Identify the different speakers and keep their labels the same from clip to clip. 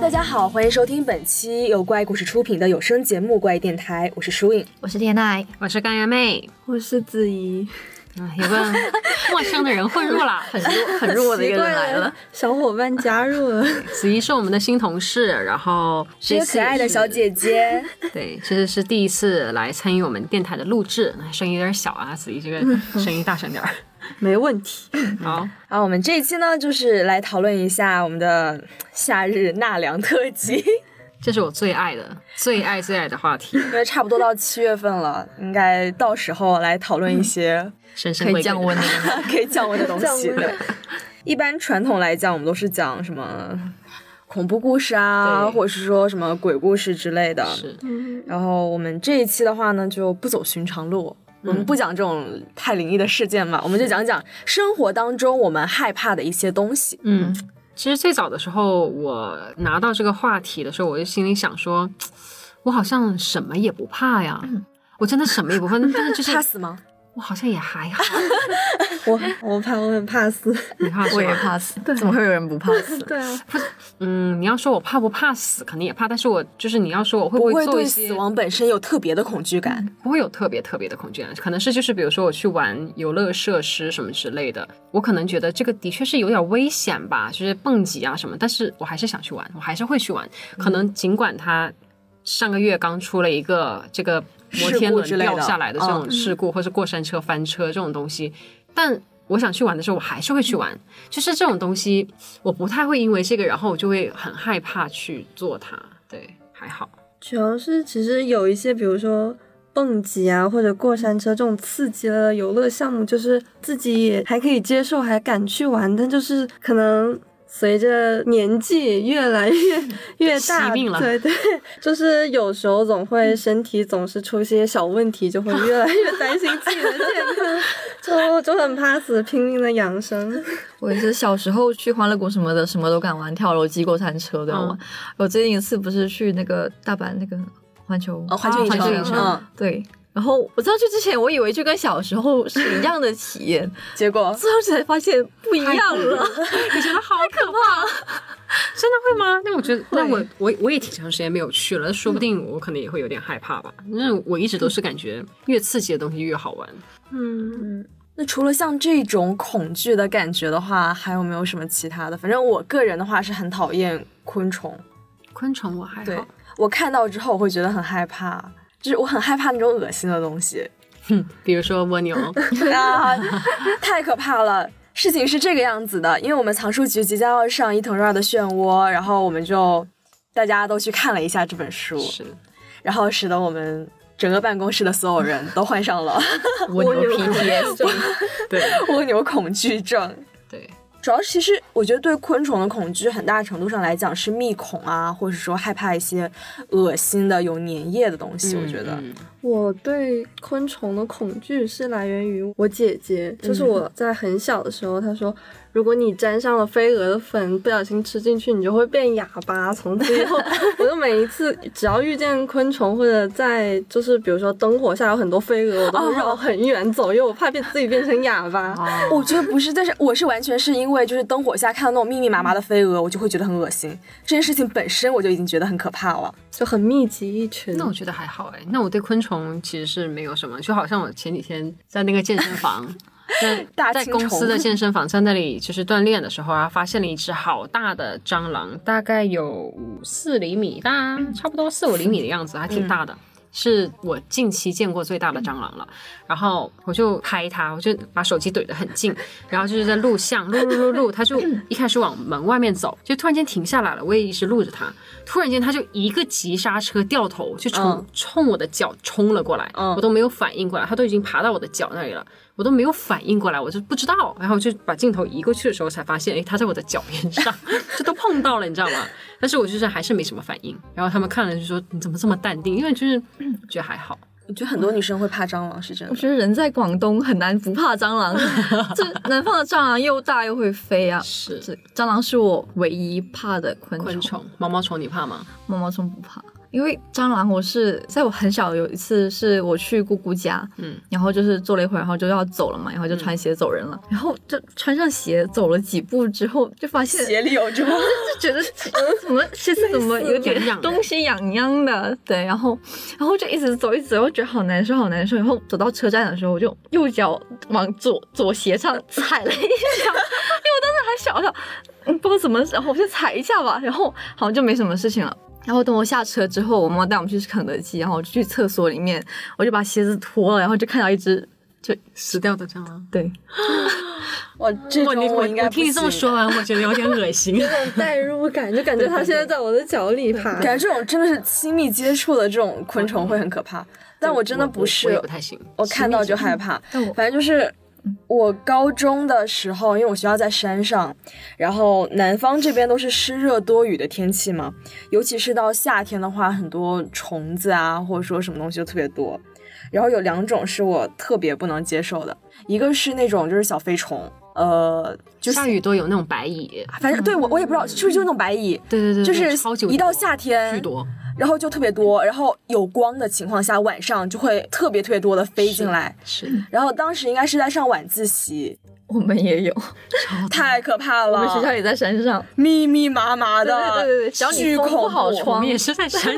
Speaker 1: 大家好，欢迎收听本期由怪故事出品的有声节目《怪异电台》，我是舒颖。
Speaker 2: 我是天籁，
Speaker 3: 我是甘源妹，
Speaker 4: 我是子怡，
Speaker 3: 啊，有个陌生的人混入了。
Speaker 2: 很弱很弱的一个人来了。，
Speaker 4: 小伙伴加入了，
Speaker 3: 子怡是我们的新同事，然后
Speaker 1: 是一个可爱的小姐姐，
Speaker 3: 对，其实是第一次来参与我们电台的录制，啊声音有点小啊，子怡这个声音大声点儿。
Speaker 4: 没问题。
Speaker 3: 好，
Speaker 1: 啊，我们这一期呢，就是来讨论一下我们的夏日纳凉特 辑，
Speaker 3: 这是我最爱的、最爱、最爱的话题，
Speaker 1: 因为差不多到七月份了，应该到时候来讨论一些
Speaker 3: 神圣
Speaker 2: 可
Speaker 3: 贵
Speaker 2: 以
Speaker 3: 贵的
Speaker 2: 降温的，
Speaker 4: 嗯
Speaker 1: 可以降温的东西。
Speaker 4: 降温
Speaker 1: 对，一般传统来讲，我们都是讲什么恐怖故事啊，
Speaker 3: 对
Speaker 1: 或者是说什么鬼故事之类的。
Speaker 3: 是
Speaker 1: 然后我们这一期的话呢，就不走寻常路。我们不讲这种太灵异的事件嘛，我们就讲讲生活当中我们害怕的一些东西。
Speaker 3: 嗯，其实最早的时候，我拿到这个话题的时候，我就心里想说，我好像什么也不怕呀，我真的什么也不怕，但是就是
Speaker 1: 怕 死吗？
Speaker 3: 我好像也还好，
Speaker 4: 我我怕我很怕死，
Speaker 3: 你怕 是
Speaker 2: 我也
Speaker 3: 吧？
Speaker 2: 怕死，怎么会有人不怕死？
Speaker 4: 对啊，
Speaker 3: 嗯，你要说我怕不怕死，肯定也怕，但是我就是你要说我会
Speaker 1: 不
Speaker 3: 会
Speaker 1: 会
Speaker 3: 做一
Speaker 1: 对
Speaker 3: 些
Speaker 1: 死亡本身有特别的恐惧感。
Speaker 3: 不会有特别特别的恐惧感，啊可能是就是比如说我去玩游乐设施什么之类的，我可能觉得这个的确是有点危险吧，就是蹦极啊什么，但是我还是想去玩，我还是会去玩。
Speaker 1: 嗯
Speaker 3: 可能尽管它上个月刚出了一个这个摩
Speaker 1: 事
Speaker 3: 天轮
Speaker 1: 故之类的嗯
Speaker 3: 掉下来的这种事故，或是过山车翻车这种东西，但。我想去玩的时候，我还是会去
Speaker 1: 嗯
Speaker 3: 玩。就是这种东西，我不太会因为这个，然后我就会很害怕去做它。对，还好。
Speaker 4: 主要是其实有一些，比如说蹦极啊，或者过山车这种刺激的游乐项目，就是自己也还可以接受，还敢去玩，但就是可能。随着年纪越来 越越大，
Speaker 3: 习病了
Speaker 4: 对 对，就是有时候总
Speaker 2: 嗯
Speaker 4: 会身体总是出一些小问题，就会越来越担心自己的健康，就 就很怕死，拼命的养生。
Speaker 2: 我也是小时候去欢乐谷什么的，什么都敢玩，跳楼机、过山车都要玩。我最近一次不是去那个大阪那个环球
Speaker 1: 呃，，环球影
Speaker 3: 环球影
Speaker 1: 城，
Speaker 3: 城
Speaker 1: 嗯，
Speaker 2: 对。然后我知道去之前，我以为就跟小时候是一样的体验，
Speaker 1: 结果
Speaker 2: 最后才发现不一样了，
Speaker 3: 你觉得好可怕？真的会吗？那我觉得，那我我我也挺长时间没有去了，说不定我可能也会有点害怕吧。那我一直都是感觉越刺激的东西越好玩。
Speaker 4: 嗯，
Speaker 1: 那除了像这种恐惧的感觉的话，还有没有什么其他的？反正我个人的话是很讨厌昆虫，
Speaker 3: 昆虫我还
Speaker 1: 对
Speaker 3: 好，
Speaker 1: 我看到之后我会觉得很害怕，就是我很害怕那种恶心的东西。
Speaker 3: 比如说蜗 牛，
Speaker 1: 啊，太可怕了！事情是这个样子的，因为我们藏书局即将要上伊藤润二的《漩涡》，然后我们就大家都去看了一下这本书，
Speaker 3: 是
Speaker 1: 然后使得我们整个办公室的所有人都患上 了
Speaker 2: 蜗牛 PTSD。
Speaker 3: 对
Speaker 1: 蜗牛恐惧症。
Speaker 3: 对，
Speaker 1: 主要其实我觉得对昆虫的恐惧，很大程度上来讲是密恐啊，或者说害怕一些恶心的、有粘液的东西。我觉得，
Speaker 3: 嗯
Speaker 4: 我对昆虫的恐惧是来源于我姐姐，就是我在很小的时候，她说，如果你沾上了飞蛾的粉，不小心吃进去，你就会变哑巴。从此以后，我就每一次只要遇见昆虫，或者在就是比如说灯火下有很多飞蛾，我都会绕很远走，因为我怕变自己变成 哑巴。
Speaker 3: 哦
Speaker 1: 我觉得不是，但是我是完全是因为就是灯火下看到那种密密麻麻的飞蛾，我就会觉得很恶心。这件事情本身我就已经觉得很可怕了。
Speaker 4: 就很密集一群。
Speaker 3: 那我觉得还好哎。那我对昆虫其实是没有什么，就好像我前几天在那个健身房。在
Speaker 1: 大
Speaker 3: 在
Speaker 1: 青虫
Speaker 3: 公司的健身房，在那里就是锻炼的时候啊，发现了一只好大的蟑螂，大概有五四厘米大，差不多四五厘米的样子，还挺大
Speaker 1: 嗯
Speaker 3: 的。是我近期见过最大的蟑螂了，然后我就拍它，我就把手机怼得很 近，然后就是在录像，录录录录，它就一开始往门外面走，就突然间停下来了，我也一直录着它，突然间它就一个急刹车掉头，就冲、
Speaker 1: 嗯
Speaker 3: 冲我的脚冲了过来，
Speaker 1: 嗯
Speaker 3: 我都没有反应过来，它都已经爬到我的脚那里了，我都没有反应过来，我就不知道，然后就把镜头移过去的时候才发现，哎，它在我的脚边 上，这都碰到了，你知道吗？但是我就是还是没什么反应，然后他们看了就说你怎么这么淡定？因为 就是觉得还好，
Speaker 1: 我觉得很多女生会怕蟑螂，是真
Speaker 2: 我
Speaker 1: 的。
Speaker 2: 觉得人在广东很难不怕蟑螂， 这南方的蟑螂又大又会飞啊。
Speaker 3: 是
Speaker 2: 这蟑螂是我唯一怕的昆虫，
Speaker 3: 昆虫、毛毛虫你怕吗？
Speaker 2: 毛毛虫不怕。因为蟑螂，我是在我很小有一次是我去姑姑家，
Speaker 3: 嗯，
Speaker 2: 然后就是坐了一会儿，然后就要走了嘛，然后就穿鞋走人了，然后就穿上鞋走了几步之后，就发现
Speaker 1: 鞋里有这么
Speaker 2: 就觉得 呃怎么这次怎么有点
Speaker 3: 痒痒的
Speaker 2: 东西痒痒的，对，然后然后就一直走一直走，我觉得好难受好难受，然后走到车站的时候，我就右脚往左左鞋上踩了一下，因为 我当时还小小，嗯，不知道怎么，然后我就踩一下吧，然后好像就没什么事情了。然后等我下车之后，我妈妈带我们去吃肯德基，然后我就去厕所里面，我就把鞋子脱了，然后就看到一只，
Speaker 3: 死掉的蟑螂。
Speaker 2: 对，
Speaker 1: 我这
Speaker 3: 哇，你
Speaker 1: 种
Speaker 3: 我
Speaker 1: 我应该
Speaker 3: 我听你
Speaker 1: 不
Speaker 3: 这么
Speaker 1: 行
Speaker 3: 说完，我觉得有点恶心。
Speaker 4: 这种代入感，就感觉它现在在我的脚里爬。
Speaker 1: 感觉这种真的是亲密接触的这种昆虫会很可怕， 但我真的不
Speaker 3: 我
Speaker 1: 是
Speaker 3: 也不，太行。
Speaker 1: 我看到就害
Speaker 3: 嗯
Speaker 1: 怕。
Speaker 2: 但我
Speaker 1: 反正就是我高中的时候，因为我学校在山上，然后南方这边都是湿热多雨的天气嘛，尤其是到夏天的话，很多虫子啊，或者说什么东西就特别多。然后有两种是我特别不能接受的，一个是那种就是小飞虫，呃，就是
Speaker 3: 下雨都有那种白蚁，
Speaker 1: 反正对我我也不知道，就是就那种白蚁，
Speaker 3: 对对对，
Speaker 1: 就
Speaker 3: 嗯对
Speaker 1: 是
Speaker 3: 超级
Speaker 1: 一到
Speaker 3: 多
Speaker 1: 夏天
Speaker 3: 巨多，
Speaker 1: 然后就特别多，然后有光的情况下，晚上就会特别特别多的飞进来。
Speaker 3: 是的
Speaker 1: 然后当时应该是在上晚自习，
Speaker 2: 我们也有，
Speaker 3: 超多。
Speaker 1: 太可怕
Speaker 2: 哦我
Speaker 1: 了，
Speaker 2: 们学校也在山上，
Speaker 1: 密密麻麻的，
Speaker 2: 对对对对只要你
Speaker 1: 巨
Speaker 2: 封不
Speaker 1: 恐
Speaker 2: 好
Speaker 1: 怖
Speaker 2: 窗
Speaker 3: 我们也是在山上，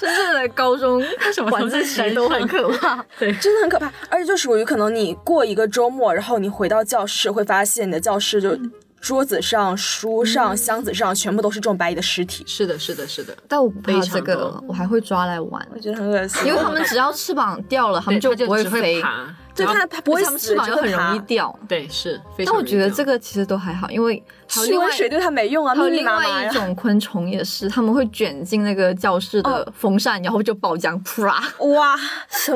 Speaker 2: 深圳的高 中
Speaker 3: 什么都
Speaker 2: 晚
Speaker 3: 在
Speaker 2: 自
Speaker 3: 山
Speaker 2: 习都很可怕。
Speaker 1: 真的很可怕，而且就属于可能你过一个周末，然后你回到教室，会发现你的教室就
Speaker 2: 嗯
Speaker 1: 桌子上、书上、箱子上全部都是这种白蚁的尸体，
Speaker 3: 是的，是的，是的，
Speaker 2: 但我不
Speaker 3: 非
Speaker 2: 怕
Speaker 3: 常
Speaker 2: 这个
Speaker 3: 多，
Speaker 2: 我还会抓来玩，
Speaker 1: 我觉得很恶心。
Speaker 2: 因为他们只要翅膀掉了，他
Speaker 3: 对
Speaker 2: 们
Speaker 3: 它
Speaker 2: 不
Speaker 3: 只
Speaker 2: 飞，
Speaker 3: 爬，
Speaker 1: 对
Speaker 3: 然后
Speaker 1: 它它不会
Speaker 2: 而且他们
Speaker 1: 死
Speaker 2: 翅膀
Speaker 1: 就
Speaker 2: 又
Speaker 1: 会
Speaker 2: 很容易
Speaker 1: 爬
Speaker 2: 掉。
Speaker 3: 对是非
Speaker 2: 但
Speaker 3: 常容
Speaker 2: 我
Speaker 3: 易
Speaker 2: 觉
Speaker 3: 掉。
Speaker 2: 得这个其实都还好，因为还有
Speaker 1: 吃
Speaker 2: 另外
Speaker 1: 温水对它没用啊，
Speaker 2: 还有
Speaker 1: 密密
Speaker 2: 另
Speaker 1: 麻
Speaker 2: 外
Speaker 1: 麻
Speaker 2: 一
Speaker 1: 呀。
Speaker 2: 种昆虫也是，他们会卷进那个教室的风扇，然后就爆浆，啪！
Speaker 1: 哇，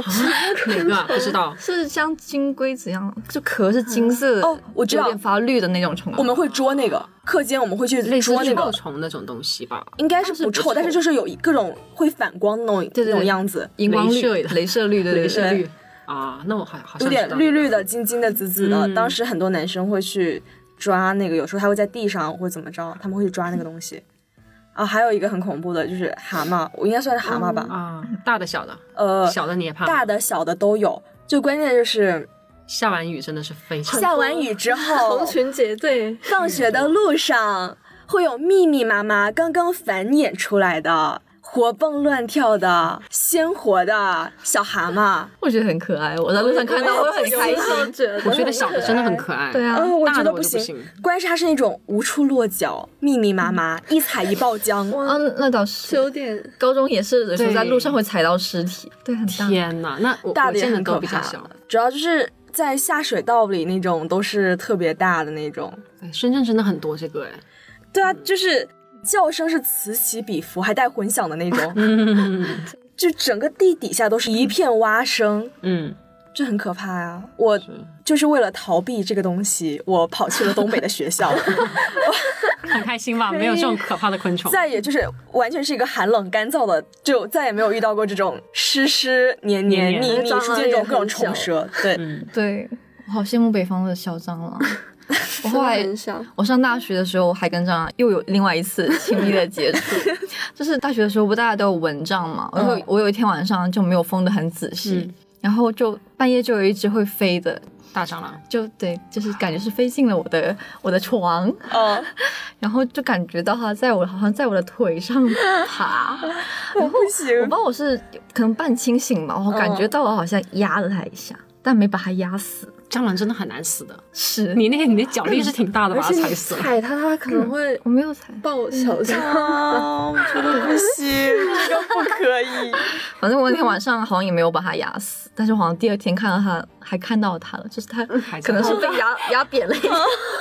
Speaker 3: 哪个啊不知 道，
Speaker 2: 是像金龟子一样，就壳是金色的，
Speaker 1: 哦我知道
Speaker 2: 有点发绿的那种虫啊。
Speaker 1: 我们会捉那个，课间我们会去
Speaker 3: 类似
Speaker 1: 捉那个
Speaker 3: 跳虫那种东西吧，
Speaker 1: 应该是不
Speaker 2: 不
Speaker 1: 臭，
Speaker 2: 臭
Speaker 1: 但是就是有一各种会反光的那种
Speaker 2: 对对
Speaker 1: 那种
Speaker 2: 对
Speaker 1: 样子，
Speaker 2: 荧光绿、
Speaker 3: 镭射的
Speaker 2: 镭射绿，对对
Speaker 3: 镭
Speaker 2: 对
Speaker 3: 射绿啊，那我好好像
Speaker 1: 有点
Speaker 3: 知道
Speaker 1: 绿绿的、金金的、紫紫的。
Speaker 3: 嗯
Speaker 1: 当时很多男生会去抓那个，有时候他会在地上或怎么着，他们会去抓那个东西。啊，还有一个很恐怖的就是蛤蟆，我应该算是蛤蟆吧？
Speaker 3: 啊，大的小的，
Speaker 1: 呃，
Speaker 3: 小的你也怕吗，
Speaker 1: 大的小的都有。最关键就是
Speaker 3: 下完雨真的是非常
Speaker 1: 下完雨之后
Speaker 4: 成，群结队，
Speaker 1: 放学的路上会有密密麻麻刚刚繁衍出来的、活蹦乱跳的、鲜活的小蛤蟆。
Speaker 2: 我觉得很可爱。我在路上看到我很开心。
Speaker 4: 觉得
Speaker 3: 我觉得小的真的很可爱，
Speaker 2: 对啊，
Speaker 1: 嗯，我
Speaker 3: 大
Speaker 1: 觉
Speaker 3: 的
Speaker 1: 得
Speaker 3: 我
Speaker 1: 不
Speaker 3: 就不
Speaker 1: 行，
Speaker 3: 行
Speaker 1: 关键是它是那种无处落脚、密密麻 麻、一踩一爆浆。
Speaker 2: 啊，那倒
Speaker 4: 是
Speaker 2: 是。
Speaker 4: 有点
Speaker 2: 高中也是，有时候
Speaker 3: 对
Speaker 2: 在路上会踩到尸体，对，很大。
Speaker 3: 天哪，那我
Speaker 1: 大
Speaker 3: 我
Speaker 1: 的也
Speaker 3: 见的
Speaker 1: 很可
Speaker 3: 都比较
Speaker 1: 怕
Speaker 3: 小，，
Speaker 1: 主要就是在下水道里那种都是特别大的那种。
Speaker 3: 对，哎深圳真的很多这个哎，
Speaker 1: 对啊，就是叫声是此起彼伏，还带混响的那种，
Speaker 3: 嗯
Speaker 1: 就整个地底下都是一片蛙声，
Speaker 3: 嗯，
Speaker 1: 这很可怕啊！我
Speaker 3: 是
Speaker 1: 就是为了逃避这个东西，我跑去了东北的学校，
Speaker 3: 很开心吧？没有这种可怕的昆虫，
Speaker 1: 再也就是完全是一个寒冷干燥的，就再也没有遇到过这种湿湿黏黏
Speaker 3: 黏
Speaker 1: 腻
Speaker 3: 黏
Speaker 1: 腻
Speaker 4: 蟑螂
Speaker 1: 出现这种
Speaker 4: 也
Speaker 1: 各种
Speaker 4: 很
Speaker 1: 虫
Speaker 4: 小
Speaker 1: 蛇，对。
Speaker 3: 嗯，
Speaker 2: 对，我好羡慕北方的小蟑 螂。我
Speaker 4: 真
Speaker 2: 后
Speaker 4: 的
Speaker 2: 来
Speaker 4: 很小，
Speaker 2: 我上大学的时候还跟蟑螂又有另外一次亲密的接 触，就是大学的时候不大家都有蚊帐嘛，我有、
Speaker 1: 嗯
Speaker 2: 我有一天晚上就没有封的很仔细，
Speaker 3: 嗯
Speaker 2: 然后就半夜就有一只会飞的，
Speaker 3: 大蟑螂，
Speaker 2: 就对，就是感觉是飞进了我的我的床，
Speaker 1: 哦，
Speaker 2: 然后就感觉到它在我好像在我的腿上 爬，
Speaker 1: 我不行
Speaker 2: 我不知道我是可能半清醒吧，我感觉到我好像压了它一下，但没把它压死，
Speaker 3: 蟑螂真的很难死的，
Speaker 2: 是
Speaker 3: 你那个你的脚力是挺 大的，把它踩死了。嗯
Speaker 4: 踩它，它可能会
Speaker 2: 我没有踩。
Speaker 4: 爆小蟑
Speaker 1: 啊！我觉得不行， 这个不可以。
Speaker 2: 反正我那天晚上好像也没有把它压死，但是我好像第二天看到它，还看到它了，就是它
Speaker 3: 还在
Speaker 2: 可能是被压 压扁了一下。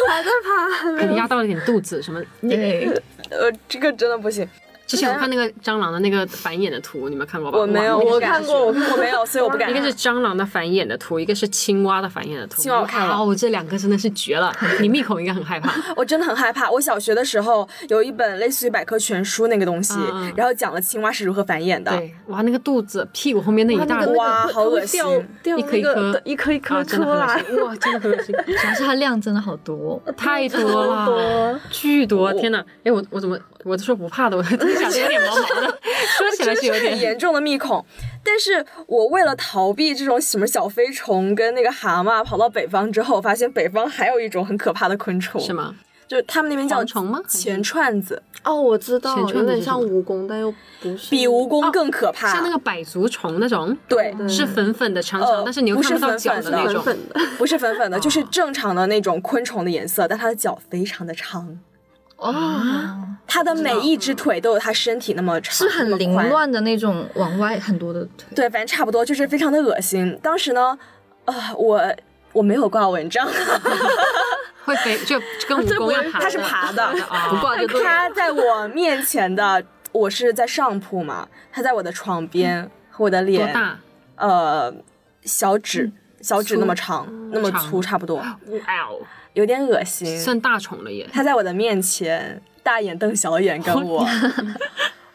Speaker 4: 还在爬，
Speaker 3: 可能压到了点肚子什么。
Speaker 2: 对，
Speaker 1: 呃，这个真的不行，
Speaker 3: 之前我看那个蟑螂的那个繁衍的图，你们看过吧？
Speaker 1: 我没有，
Speaker 3: 哇
Speaker 1: 我
Speaker 4: 敢
Speaker 1: 看过，我我没有，所以我不敢
Speaker 3: 一。个是蟑螂的繁衍的图，一个是青蛙的繁衍的图。
Speaker 1: 青蛙我看了
Speaker 3: 哇哦，这两个真的是 绝了！你密口应该很害怕。
Speaker 1: 我真的很害怕。我小学的时候有一本类似于百科全书那个东西
Speaker 3: 嗯嗯，
Speaker 1: 然后讲了青蛙是如何繁衍的。
Speaker 3: 对，哇，那个肚子、屁股后面那一大
Speaker 1: 那个
Speaker 3: 坨，
Speaker 1: 哇好恶心
Speaker 4: 掉掉
Speaker 3: 一颗一
Speaker 4: 那个
Speaker 3: 颗，
Speaker 4: 一颗一颗
Speaker 3: 啊
Speaker 4: 出
Speaker 3: 真的很恶
Speaker 4: 来，
Speaker 3: 心。哇，真的很 恶心，
Speaker 2: 主要是它量真的好多，
Speaker 3: 太多了，
Speaker 4: 好多。
Speaker 3: 巨多！天哪，哎，我我怎么我都说不怕的，我听起来有点毛毛的。起 来是有
Speaker 1: 真的很
Speaker 3: 点
Speaker 1: 严重的密孔。但是我为了逃避这种什么小飞虫跟那个蛤蟆，跑到北方之后，发现北方还有一种很可怕的昆虫，
Speaker 3: 是？吗？
Speaker 1: 就是他们那边叫
Speaker 3: 蝗虫吗
Speaker 1: 钱串子，
Speaker 4: 哦，我知道，
Speaker 3: 浅
Speaker 4: 有
Speaker 3: 川的
Speaker 4: 点
Speaker 3: 是什
Speaker 4: 像
Speaker 3: 么
Speaker 4: 蜈蚣，但又不是
Speaker 1: 比蜈蚣更可怕。
Speaker 3: 哦像那个嗯百足虫那种，
Speaker 1: 对，
Speaker 4: 对
Speaker 3: 是粉粉的长
Speaker 1: 呃
Speaker 3: 长，但是你又
Speaker 1: 不
Speaker 3: 看
Speaker 1: 是
Speaker 3: 不到
Speaker 1: 粉
Speaker 3: 脚
Speaker 1: 粉
Speaker 3: 的
Speaker 1: 的
Speaker 3: 那
Speaker 4: 粉
Speaker 3: 种。
Speaker 4: 粉的，
Speaker 1: 不是粉粉
Speaker 3: 哦
Speaker 1: 的，就是正常的那种昆虫的颜色，但它的脚非常的长，
Speaker 2: 哦，
Speaker 1: 它的每一
Speaker 3: 嗯
Speaker 1: 只腿都有它身体那么长，
Speaker 2: 是很凌
Speaker 1: 那么宽
Speaker 2: 乱的那种，往外很多的腿。
Speaker 1: 对，反正差不多，就是非常的恶心。当时呢，啊、我我没有挂文 章，
Speaker 3: 会飞，就就跟蜈
Speaker 4: 这不
Speaker 3: 蚣一
Speaker 4: 会
Speaker 3: 样爬的，
Speaker 1: 它是爬 的
Speaker 3: 啊
Speaker 2: 不挂就对了。
Speaker 1: 它在我面前的，我是在上铺嘛，它在我的床边和我的
Speaker 3: 嗯多
Speaker 1: 脸，
Speaker 3: 大？嗯
Speaker 1: 呃，小指。小指那么长，那么
Speaker 3: 长
Speaker 1: 粗，差不多，
Speaker 3: 哇哦，
Speaker 1: 有点恶心。
Speaker 3: 算大虫了耶！
Speaker 1: 他在我的面前大眼瞪小眼跟
Speaker 3: 哦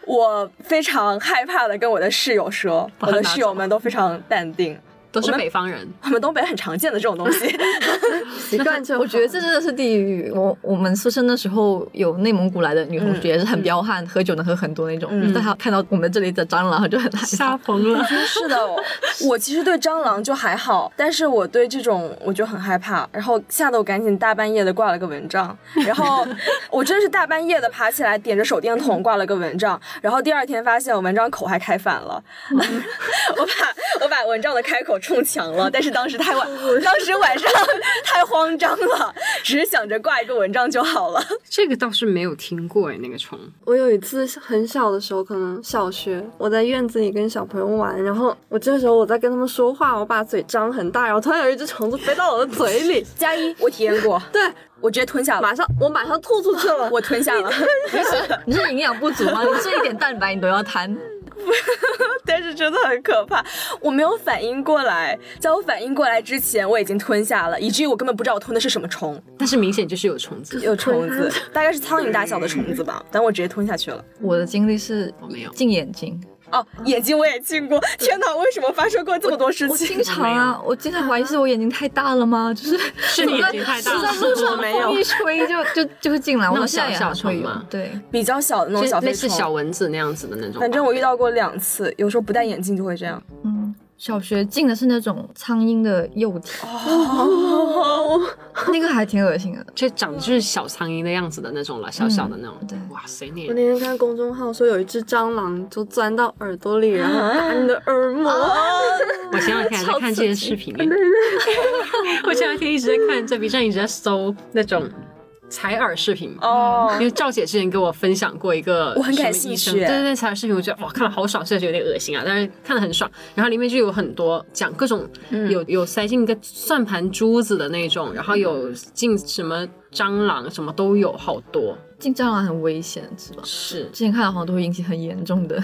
Speaker 1: 我，我非常害怕的跟我的室友说，
Speaker 3: 把
Speaker 1: 我
Speaker 3: 它
Speaker 1: 的
Speaker 3: 拿
Speaker 1: 室友
Speaker 3: 走
Speaker 1: 们都非常淡定。
Speaker 3: 都是
Speaker 1: 我们
Speaker 3: 北方人，
Speaker 1: 我们东北很常见的这种东西，
Speaker 4: 习惯就
Speaker 2: 我觉得
Speaker 4: 好
Speaker 2: 这真的是地狱。我我们宿舍那时候有内蒙古来的女同学，也是很彪悍，喝酒能喝很多那种。
Speaker 1: 嗯
Speaker 2: 但她看到我们这里的蟑螂，她就很害怕。
Speaker 3: 疯 了。
Speaker 1: 是的，我我其实对蟑螂就还好，但是我对这种我就很害怕，然后吓得我赶紧大半夜的挂了个蚊帐，然后我真是大半夜的爬起来，点着手电筒挂了个蚊帐，然后第二天发现我蚊帐口还开反了，
Speaker 4: 嗯
Speaker 1: 我把我把蚊帐的开口冲墙了，但是当时太晚，当时晚上太慌张了，只是想着挂一个蚊帐就好了。
Speaker 3: 这个倒是没有听过哎，那个虫
Speaker 4: 我有一次很小的时候，可能小学，我在院子里跟小朋友玩，然后我这时候我在跟他们说话，我把嘴张很大，然后突然有一只虫子飞到我的嘴 里，
Speaker 1: 加一，我体验过，
Speaker 4: 对，
Speaker 1: 我直接吞下了
Speaker 4: 马，上我马上吐出去了。
Speaker 1: 我吞下了。
Speaker 2: 你是营养不足吗？你这一点蛋白你都要贪？
Speaker 1: 但是真的很可怕，我没有反应过来，在我反应过来之前，我已经吞下了，以至于我根本不知道我吞的是什么虫，
Speaker 3: 但是明显就是有虫子。
Speaker 1: 有虫子，大概是苍蝇大小的虫子吧，但我直接吞下去了。
Speaker 2: 我的经历是
Speaker 3: 我没有
Speaker 2: 进眼睛，
Speaker 1: 哦，眼睛我也进过，天哪，为什么发生过这么多事
Speaker 2: 我
Speaker 1: 情
Speaker 2: 经？常啊，我经常怀疑是我眼睛太大了吗？ 就是是
Speaker 3: 你眼睛太大了
Speaker 2: 在路上
Speaker 1: 没有
Speaker 2: 风一吹就就就会进来，
Speaker 3: 种
Speaker 2: 我现在也
Speaker 3: 小小
Speaker 2: 还会
Speaker 3: 虫
Speaker 2: 有
Speaker 3: 吗
Speaker 2: 对，
Speaker 1: 比较小的那种
Speaker 3: 就
Speaker 1: 小
Speaker 3: 类
Speaker 1: 飞
Speaker 3: 似
Speaker 1: 虫，
Speaker 3: 小蚊子那样子的那种，
Speaker 1: 反正我遇到过两次，有时候不戴眼镜就会这样。
Speaker 2: 嗯，小学进的是那种苍蝇的幼体，
Speaker 1: 哦，
Speaker 2: 那个还挺恶心的。
Speaker 3: 就长得就是小苍蝇的样子的那种了，小小的那种。
Speaker 2: 对
Speaker 3: 哇塞，你
Speaker 4: 我那天看公众号说有一只蟑螂就钻到耳朵里，然后打你的耳膜，
Speaker 3: 啊我前两天还在看这些视频， 我前两天一直在看，在 B 站一直在搜那种采耳视频。因
Speaker 1: 哦，
Speaker 3: 为赵姐之前给我分享过一个，
Speaker 1: 我很感
Speaker 3: 什么
Speaker 1: 兴
Speaker 3: 医生
Speaker 1: 趣
Speaker 3: 对对对，采耳视频，我觉得哇，看了好爽，虽然觉得有点恶心啊，但是看的很爽。然后里面就有很多讲各种
Speaker 1: 嗯
Speaker 3: 有有塞进一个算盘珠子的那种，然后有进什么蟑螂，什么都有，好多
Speaker 2: 进蟑螂很危险，是吧？
Speaker 3: 是。
Speaker 2: 之前看的好像都会引起很严重的，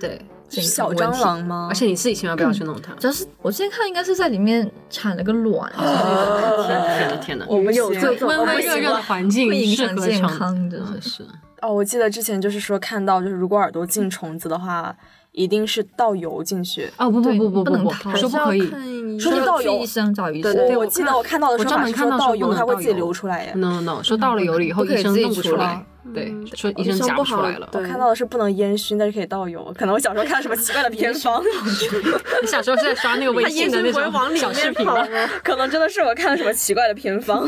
Speaker 2: 对，
Speaker 1: 是
Speaker 2: 健康
Speaker 1: 小
Speaker 2: 问题
Speaker 1: 蟑。螂吗？
Speaker 3: 而且你自己千万不要去弄它。
Speaker 2: 主要是我之前看应该是在里面产了个卵，
Speaker 3: 哦天哪天
Speaker 1: 呃
Speaker 3: 哪天哪！
Speaker 1: 我不行
Speaker 4: 这种
Speaker 3: 温温热热的环境
Speaker 2: 会影
Speaker 3: 适
Speaker 2: 响
Speaker 3: 合
Speaker 2: 健
Speaker 3: 长
Speaker 2: 康的
Speaker 3: 嗯
Speaker 2: 是
Speaker 3: 是
Speaker 1: 哦，我记得之前就是说看到，就是如果耳朵
Speaker 3: 嗯
Speaker 1: 进虫子的话，一定是倒油进去。
Speaker 3: 哦不不
Speaker 2: 对
Speaker 3: 不不
Speaker 2: 不能
Speaker 3: 不
Speaker 2: 掏
Speaker 3: 说不可以
Speaker 4: 还是要看医
Speaker 1: 说
Speaker 4: 生
Speaker 1: 是到
Speaker 2: 去
Speaker 1: 有
Speaker 2: 医生找医
Speaker 4: 对
Speaker 2: 生，
Speaker 4: 对
Speaker 1: 我
Speaker 3: 我
Speaker 1: 记得
Speaker 3: 看
Speaker 1: 我看到的
Speaker 3: 我
Speaker 1: 说
Speaker 3: 专
Speaker 1: 法
Speaker 3: 门
Speaker 1: 是
Speaker 3: 看
Speaker 1: 说
Speaker 3: 到说
Speaker 1: 倒
Speaker 3: 不
Speaker 1: 油
Speaker 3: 能
Speaker 1: 它会
Speaker 3: 倒
Speaker 1: 自己
Speaker 3: 油嗯
Speaker 1: 流出来耶。
Speaker 3: ，no no，说到了油了以后，
Speaker 2: 不可以
Speaker 3: 医生
Speaker 2: 自己
Speaker 3: 弄不
Speaker 2: 出
Speaker 3: 出
Speaker 2: 来
Speaker 3: 来，对，说医生
Speaker 4: 医生
Speaker 3: 夹
Speaker 4: 不
Speaker 3: 出
Speaker 4: 好
Speaker 3: 来了。
Speaker 4: 对
Speaker 1: 看到的是不能烟熏，但是可以倒油。可能我小时候看了什么奇怪的 偏方，
Speaker 3: 你小时候是在刷那个微信的那种小视频吗？
Speaker 1: 可能真的是我看了什么奇怪的偏 方。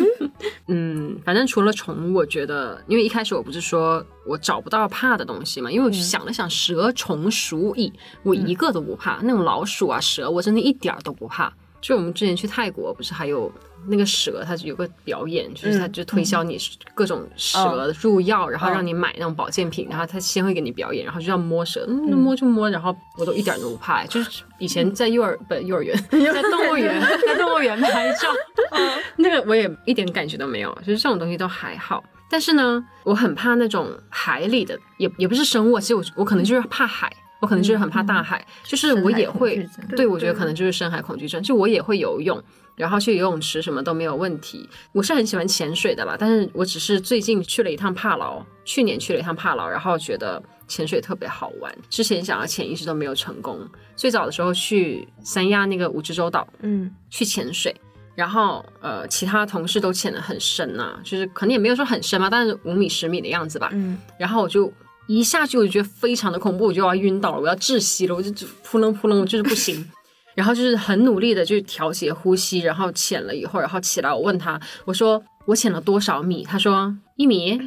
Speaker 3: 嗯，反正除了虫，我觉得，因为一开始我不是说我找不到怕的东西嘛，因为我想了想，蛇、虫、鼠、蚁，我一个都不怕。那种老鼠啊、蛇，我真的一点儿都不怕。就我们之前去泰国，不是还有那个蛇，它有个表演，就是它就推销你各种蛇入药，然后让你买那种保健品，然后它先会给你表演，然后就要摸蛇，嗯，摸就摸，然后我都一点儿都不怕。哎就是以前在幼儿不 幼儿园，在动物园，在动物园拍照， 那个我也一点感觉都没有，就是这种东西都还好。但是呢，我很怕那种海里的，也也不是生物，其实我我可能就是怕海，我可能就是很怕大海，就是我也会
Speaker 2: 嗯深海恐惧，症
Speaker 3: 对我觉得可能就是深海恐惧症，就我也会游泳，然后去游泳池什么都没有问题。我是很喜欢潜水的吧，但是我只是最近去了一趟帕劳，去年去了一趟帕劳，然后觉得潜水特别好玩，之前想要潜一直都没有成功。最早的时候去三亚那个蜈支洲岛，
Speaker 1: 嗯，
Speaker 3: 去潜水，然后呃，其他同事啊都潜得很深呐、就是可能也没有说很深嘛，但是五米、十米的样子吧。
Speaker 1: 嗯
Speaker 3: 然后我就一下去我就觉得非常的恐怖，我就要晕倒了，我要窒息了，我就扑棱扑棱，我就是不行。 然后就是很努力的去调节呼吸，然后潜了以后，然后起来，我问他，我说我潜了多少米？他说 一米，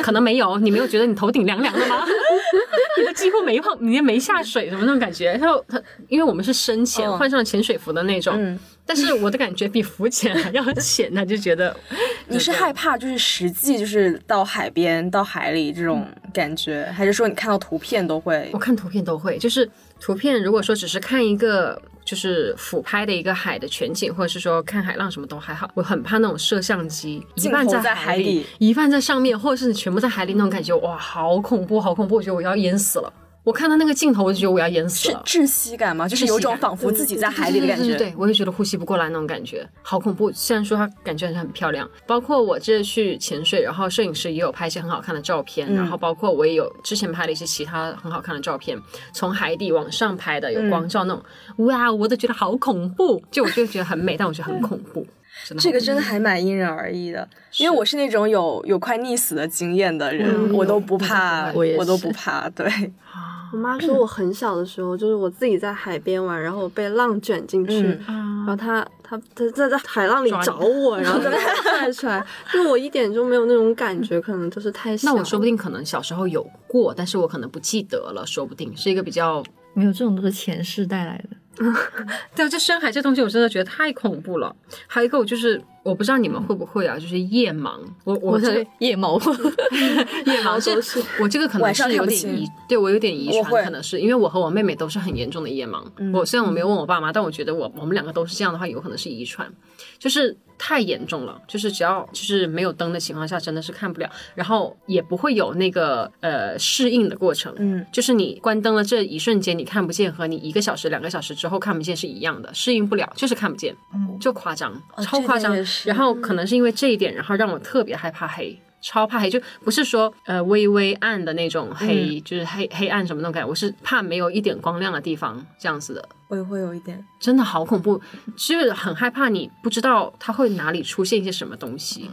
Speaker 3: 可能没有，你没有觉得你头顶凉凉的吗？ 你都几乎没碰，你也没下水，什么那种感觉。他说他，因为我们是深潜，
Speaker 1: 嗯
Speaker 3: 换上了潜水服的那种，
Speaker 1: 嗯
Speaker 3: 但是我的感觉比浮潜还要浅，他就觉 得
Speaker 1: 你是害怕就是实际就是到海边到海里这种感觉，还是说你看到图片都会
Speaker 3: 嗯我？看图片都会，就是图片如果说只是看一个就是俯拍的一个海的全景，或者是说看海浪什么都还好，我很怕那种摄像机一
Speaker 1: 镜
Speaker 3: 半
Speaker 1: 头
Speaker 3: 在
Speaker 1: 在
Speaker 3: 海
Speaker 1: 海
Speaker 3: 里
Speaker 1: 底，
Speaker 3: 一半在上面，或者是你全部在海里那种感觉，哇，好恐怖，好恐怖！我觉得我要淹死了。我看到那个镜头，我就觉得我要淹死
Speaker 1: 是
Speaker 3: 了。
Speaker 1: 窒息感吗？就是有
Speaker 3: 窒息
Speaker 1: 种
Speaker 3: 感
Speaker 1: 仿佛自己在海里
Speaker 3: 对
Speaker 1: 的
Speaker 3: 对
Speaker 1: 感
Speaker 3: 对对
Speaker 1: 觉。
Speaker 3: 对，我也觉得呼吸不过来那种感觉，好恐怖。虽然说它感觉很漂亮，包括我这次去潜水，然后摄影师也有拍一些很好看的照片，
Speaker 1: 嗯
Speaker 3: 然后包括我也有之前拍了一些其他很好看的照片，从海底往上拍的有光照那种，哇，我都觉得好恐怖。就我就觉得很美，但我觉得很恐怖，真的好
Speaker 1: 这个真的还蛮因人而异的，因为我是那种有有快溺死的经验的人，
Speaker 2: 嗯
Speaker 1: 我都不怕，
Speaker 2: 我也
Speaker 1: 我都
Speaker 2: 是
Speaker 1: 不怕。对，
Speaker 4: 我妈说我很小的时候，就是我自己在海边玩，然后我被浪卷进去，
Speaker 1: 嗯
Speaker 4: 然后她她她在在海浪里
Speaker 3: 抓你
Speaker 4: 找我，然后再把我拽出来，就我一点就没有那种感觉，可能就是太小。
Speaker 3: 那我说不定可能小时候有过，但是我可能不记得了，说不定是一个比较
Speaker 2: 没有这种都是前世带来的。
Speaker 3: 对啊，这深海这东西我真的觉得太恐怖了。还有一个我就是我不知道你们会不会啊，就是夜盲。我我这
Speaker 2: 是夜猫，
Speaker 3: 夜盲
Speaker 4: 都是
Speaker 3: 我这个可能
Speaker 1: 晚上看
Speaker 3: 是有
Speaker 1: 不
Speaker 3: 点
Speaker 1: 清
Speaker 3: 遗，对我有点遗
Speaker 1: 我会嗯
Speaker 3: 传，可能是因为我和我妹妹都是很严重的夜盲。我虽然我没有问我爸妈，但我觉得我我们两个都是这样的话，有可能是遗传，就是太严重了，就是只要就是没有灯的情况下，真的是看不了，然后也不会有那个呃适应的过程。
Speaker 1: 嗯，
Speaker 3: 就是你关灯了这一瞬间你看不见，和你一个小时、两个小时之后看不见是一样的，适应不了，就是看不见，就夸张，超
Speaker 1: 嗯哦
Speaker 3: 夸
Speaker 1: 这
Speaker 3: 张
Speaker 1: 个也。是
Speaker 3: 然后可能是因为这一点，然后让我特别害怕黑。超怕黑，就不是说呃微微暗的那种黑，
Speaker 1: 嗯
Speaker 3: 就是黑黑暗什么那种感觉，我是怕没有一点光亮的地方这样子的，
Speaker 1: 我也会有一点。
Speaker 3: 真的好恐怖，就是很害怕你不知道它会哪里出现一些什么东西。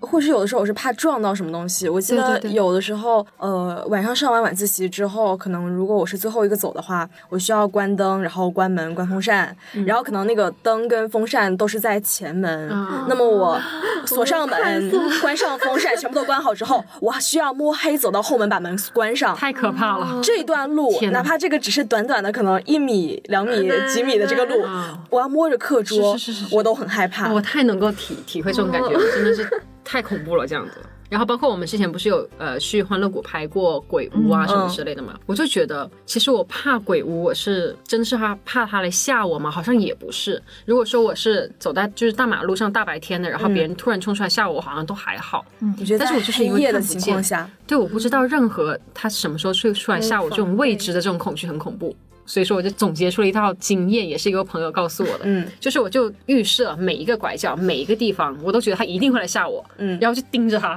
Speaker 1: 或是有的时候我是怕撞到什么东西。我记
Speaker 3: 对
Speaker 1: 得
Speaker 3: 对对
Speaker 1: 有的时候，呃，晚上上完晚自习之后，可能如果我是最后一个走的话，我需要关灯，然后关门、关风扇，然后可能那个灯跟风扇都是在前门。
Speaker 3: 嗯
Speaker 1: 那么我锁上门，关上风扇，全部都关好之后，我需要摸黑走到后门把门关上。
Speaker 3: 太可怕了，
Speaker 1: 这一段路，
Speaker 3: 天哪
Speaker 1: 哪怕这个只是短短的可能一米、两米、几米的这个路
Speaker 3: 嗯，
Speaker 1: 我要摸着课桌，
Speaker 3: 是是是是
Speaker 1: 我都很害怕。
Speaker 3: 哦我太能够体体会这种感觉，了，真的是太恐怖了这样子。然后包括我们之前不是有呃去欢乐谷拍过鬼屋啊什么之类的嘛，我就觉得其实我怕鬼屋，我是真是怕怕它来吓我吗？好像也不是。如果说我是走在就是大马路上大白天的，然后别人突然冲出来吓我，我好像都还好。
Speaker 1: 我觉得
Speaker 3: 但是
Speaker 1: 在
Speaker 3: 我就是因
Speaker 1: 黑
Speaker 3: 为
Speaker 1: 夜的
Speaker 3: 看不
Speaker 1: 情
Speaker 3: 见
Speaker 1: 况下，
Speaker 3: 对，我不知道任何他什么时候出出来吓我，这种未知的这种恐惧很恐怖。所以说，我就总结出了一套经验，也是一个朋友告诉我的。
Speaker 1: 嗯，
Speaker 3: 就是我就预设每一个拐角、每一个地方，我都觉得他一定会来吓我，
Speaker 1: 嗯
Speaker 3: 然后就盯着他，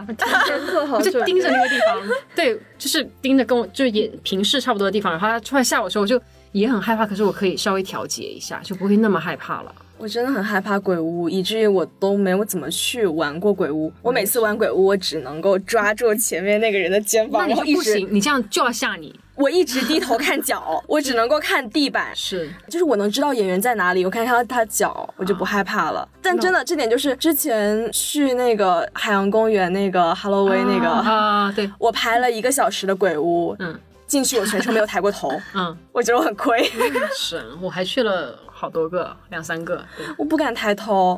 Speaker 4: 先做好
Speaker 3: 我就
Speaker 4: 准备
Speaker 3: 盯着那个地方，对，就是盯着跟我就是眼平视差不多的地方，然后他出来吓我的时候，我就也很害怕，可是我可以稍微调节一下，就不会那么害怕了。
Speaker 1: 我真的很害怕鬼屋，以至于我都没有怎么去玩过鬼屋。我每次玩鬼屋，我只能够抓住前面那个人的肩
Speaker 3: 那
Speaker 1: 膀，
Speaker 3: 你
Speaker 1: 然后
Speaker 3: 就
Speaker 1: 一
Speaker 3: 不
Speaker 1: 直
Speaker 3: 行，你这样就要吓你，
Speaker 1: 我一直低头看脚，我只能够看地板。
Speaker 3: 是
Speaker 1: 就是我能知道演员在哪里，我看看他脚，我就
Speaker 3: 啊
Speaker 1: 不害怕了。但真的，这点就是之前去那个海洋公园那个 Halloween 那个，
Speaker 3: 啊，对，
Speaker 1: 我排了一个小时的鬼屋，
Speaker 3: 嗯
Speaker 1: 进去我全程没有抬过头，
Speaker 3: 嗯，
Speaker 1: 我觉得我很亏，
Speaker 3: 是，我还去了好多个，两三个，对。
Speaker 1: 我不敢抬头。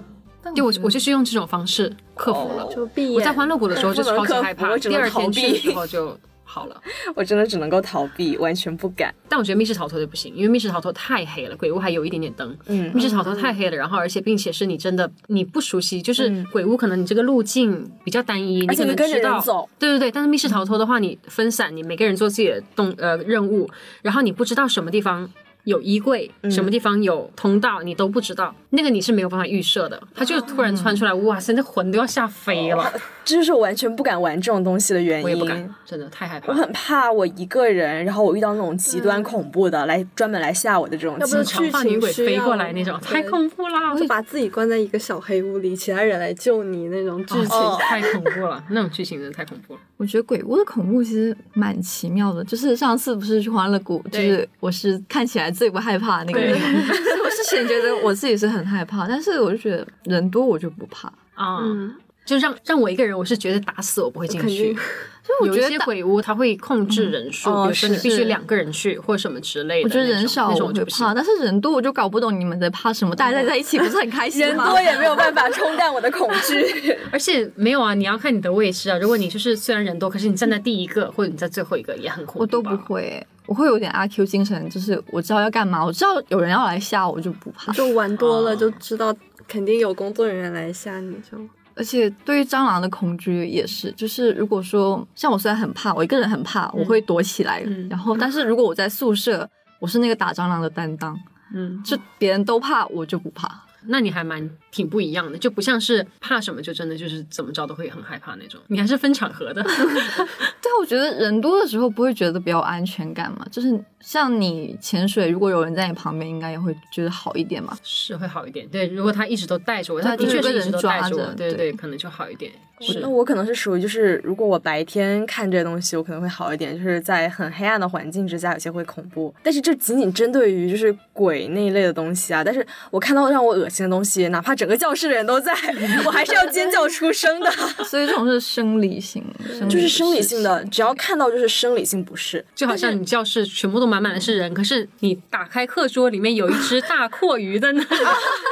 Speaker 3: 对，我我就是用这种方式克服了。
Speaker 4: 就闭眼。
Speaker 3: 我在欢乐谷的时候就
Speaker 1: 我不能
Speaker 3: 超级
Speaker 1: 克
Speaker 3: 害
Speaker 1: 服
Speaker 3: 怕，
Speaker 1: 哦我只
Speaker 3: 第
Speaker 1: 能
Speaker 3: 二
Speaker 1: 逃
Speaker 3: 天去的
Speaker 1: 避
Speaker 3: 时候就好了。
Speaker 1: 我真的只能够逃避，完全不敢。
Speaker 3: 但我觉得密室逃脱就不行，因为密室逃脱太黑了，鬼屋还有一点点灯。
Speaker 1: 嗯
Speaker 3: 密室逃脱太黑了，然后而且并且是你真的你不熟悉，就是鬼屋可能你这个路径比较单一，
Speaker 1: 嗯而且
Speaker 3: 可能
Speaker 1: 你跟着
Speaker 3: 知道
Speaker 1: 人走。
Speaker 3: 对对对，但是密室逃脱的话，你分散，你每个人做自己的动呃任务，然后你不知道什么地方有衣柜，
Speaker 1: 嗯
Speaker 3: 什么地方有通道，你都不知道，那个你是没有办法预设的。他
Speaker 1: 啊
Speaker 3: 就突然窜出来，哇塞，那魂都要吓飞了，
Speaker 1: 这就是我完全不敢玩这种东西的原因。
Speaker 3: 我也不敢，真的太害怕
Speaker 1: 我
Speaker 3: 了。
Speaker 1: 很怕我一个人，然后我遇到那种极端恐怖的，来专门来吓我的这种
Speaker 4: 要不
Speaker 1: 情
Speaker 4: 就
Speaker 1: 况。
Speaker 3: 长
Speaker 4: 去
Speaker 3: 发女鬼飞过来那种，
Speaker 4: 剧情需要
Speaker 3: 太恐怖啦！
Speaker 4: 就把自己关在一个小黑屋里，其他人来救你那种剧
Speaker 3: 剧
Speaker 4: 情。
Speaker 3: 情太恐怖了，那种剧情真的太恐怖了。
Speaker 2: 我觉得鬼屋的恐怖其实蛮奇妙的，就是上次不是去欢乐谷，就
Speaker 3: 对
Speaker 2: 是我是看起来最不害怕的那个人，
Speaker 3: 对
Speaker 2: 所以我之前觉得我自己是很害怕，但是我就觉得人多我就不怕，
Speaker 3: 啊、
Speaker 4: 嗯，
Speaker 3: 就让让我一个人，我是绝对打死我不会进
Speaker 4: 肯
Speaker 3: 去
Speaker 4: 定。
Speaker 2: 所以我
Speaker 3: 有一
Speaker 2: 觉
Speaker 3: 些
Speaker 2: 得大。
Speaker 3: 鬼屋它会控制人数，
Speaker 1: 嗯哦
Speaker 3: 比如说你
Speaker 1: 是
Speaker 3: 必须
Speaker 1: 是
Speaker 3: 两个人去或什么之类
Speaker 2: 我
Speaker 3: 的那
Speaker 2: 觉
Speaker 3: 种。
Speaker 2: 得人少
Speaker 3: 那
Speaker 2: 我
Speaker 3: 种我
Speaker 2: 会
Speaker 3: 就不行
Speaker 2: 怕，但是人多我就搞不懂你们在怕什么，大家在一起不是很开心
Speaker 1: 人
Speaker 2: 吗？
Speaker 1: 多也没有办法冲淡我的恐惧。
Speaker 3: 而且没有啊，你要看你的位置啊。如果你就是虽然人多，可是你站在第一个或者你在最后一个，也很恐怖吧。
Speaker 2: 我都不会，我会有点阿 Q 精神，就是我知道要干嘛，我知道有人要来吓我就不怕。
Speaker 4: 就玩多
Speaker 3: 哦
Speaker 4: 了就知道，肯定有工作人员来吓你就。
Speaker 2: 而且对于蟑螂的恐惧也是，就是如果说像我虽然很怕，我一个人很怕，我会躲起来，
Speaker 3: 嗯
Speaker 2: 然后但是如果我在宿舍，我是那个打蟑螂的担当，
Speaker 3: 嗯，
Speaker 2: 就别人都怕，我就不怕。
Speaker 3: 那你还蛮挺不一样的，就不像是怕什么就真的就是怎么着都会很害怕那种。你还是分场合的，
Speaker 2: 对，我觉得人多的时候不会觉得比较有安全感嘛，就是像你潜水，如果有人在你旁边，应该也会觉得好一点嘛。
Speaker 3: 是会好一点。对，如果他一直都带着我，
Speaker 2: 对
Speaker 3: 他的确
Speaker 2: 就是是
Speaker 3: 一直都
Speaker 2: 被人抓
Speaker 3: 带着我，
Speaker 2: 着
Speaker 3: 对
Speaker 2: 对
Speaker 3: 可能就好一点。
Speaker 1: 我
Speaker 3: 是
Speaker 1: 那，我可能是属于就是，如果我白天看这些东西，我可能会好一点，就是在很黑暗的环境之下，有些会恐怖。但是这仅仅针对于就是鬼那一类的东西啊。但是我看到让我恶心的东西，哪怕整个教室的人都在， 我还是要尖叫出声 的，
Speaker 2: 所以这种是生理性，生
Speaker 1: 就是
Speaker 2: 理
Speaker 1: 生理
Speaker 2: 事
Speaker 1: 性的，只要看到就是生理性不适。
Speaker 3: 就好像你教室全部都满满的是人，可是你打开课桌里面有一只大阔鱼在那里。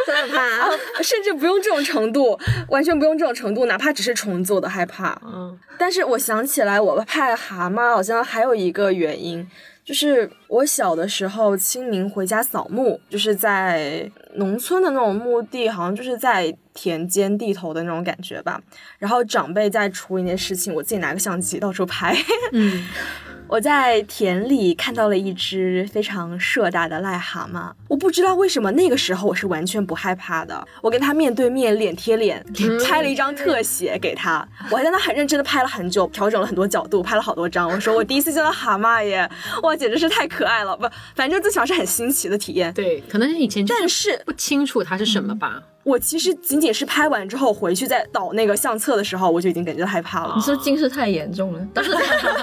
Speaker 4: 真的
Speaker 1: 啊
Speaker 4: 怕，
Speaker 1: 甚至不用这种程度，完全不用这种程度，哪怕只是虫子我都害怕。
Speaker 3: 嗯，
Speaker 1: 但是我想起来，我怕蛤蟆好像还有一个原因，就是我小的时候清明回家扫墓，就是在农村的那种墓地，好像就是在田间地头的那种感觉吧。然后长辈在处理那些事情，我自己拿个相机到处拍。
Speaker 3: 嗯，
Speaker 1: 我在田里看到了一只非常硕大的癞蛤蟆，我不知道为什么那个时候我是完全不害怕的。我跟它面对面，脸贴脸，拍了一张特写给他，我还在那很认真的拍了很久，调整了很多角度，拍了好多张。我说我第一次见到蛤蟆耶，哇，简直是太可爱了！不，反正最起码是很新奇的体验。
Speaker 3: 对，可能以前就
Speaker 1: 但
Speaker 3: 是
Speaker 1: 是
Speaker 3: 不清楚它是什么吧。
Speaker 1: 我其实仅仅是拍完之后回去再倒那个相册的时候，我就已经感觉到害怕了
Speaker 4: 啊
Speaker 2: 你。说近视太严重 了，但是